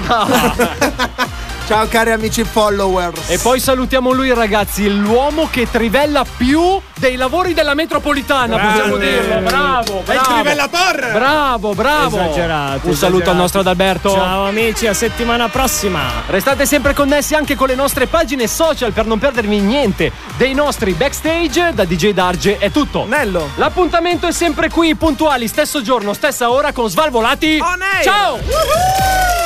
Ciao cari amici followers.
E poi salutiamo lui, ragazzi, l'uomo che trivella più dei lavori della metropolitana, possiamo dirlo. Bravo,
È il
bravo.
trivellator!
Bravo, bravo.
Esagerato.
Un saluto al
esagerato.
nostro Adalberto.
Ciao amici, a settimana prossima.
Restate sempre connessi anche con le nostre pagine social per non perdervi niente dei nostri backstage. Da DJ Darge è tutto. Nello. L'appuntamento è sempre qui, puntuali, stesso giorno, stessa ora con Svalvolati. Ciao!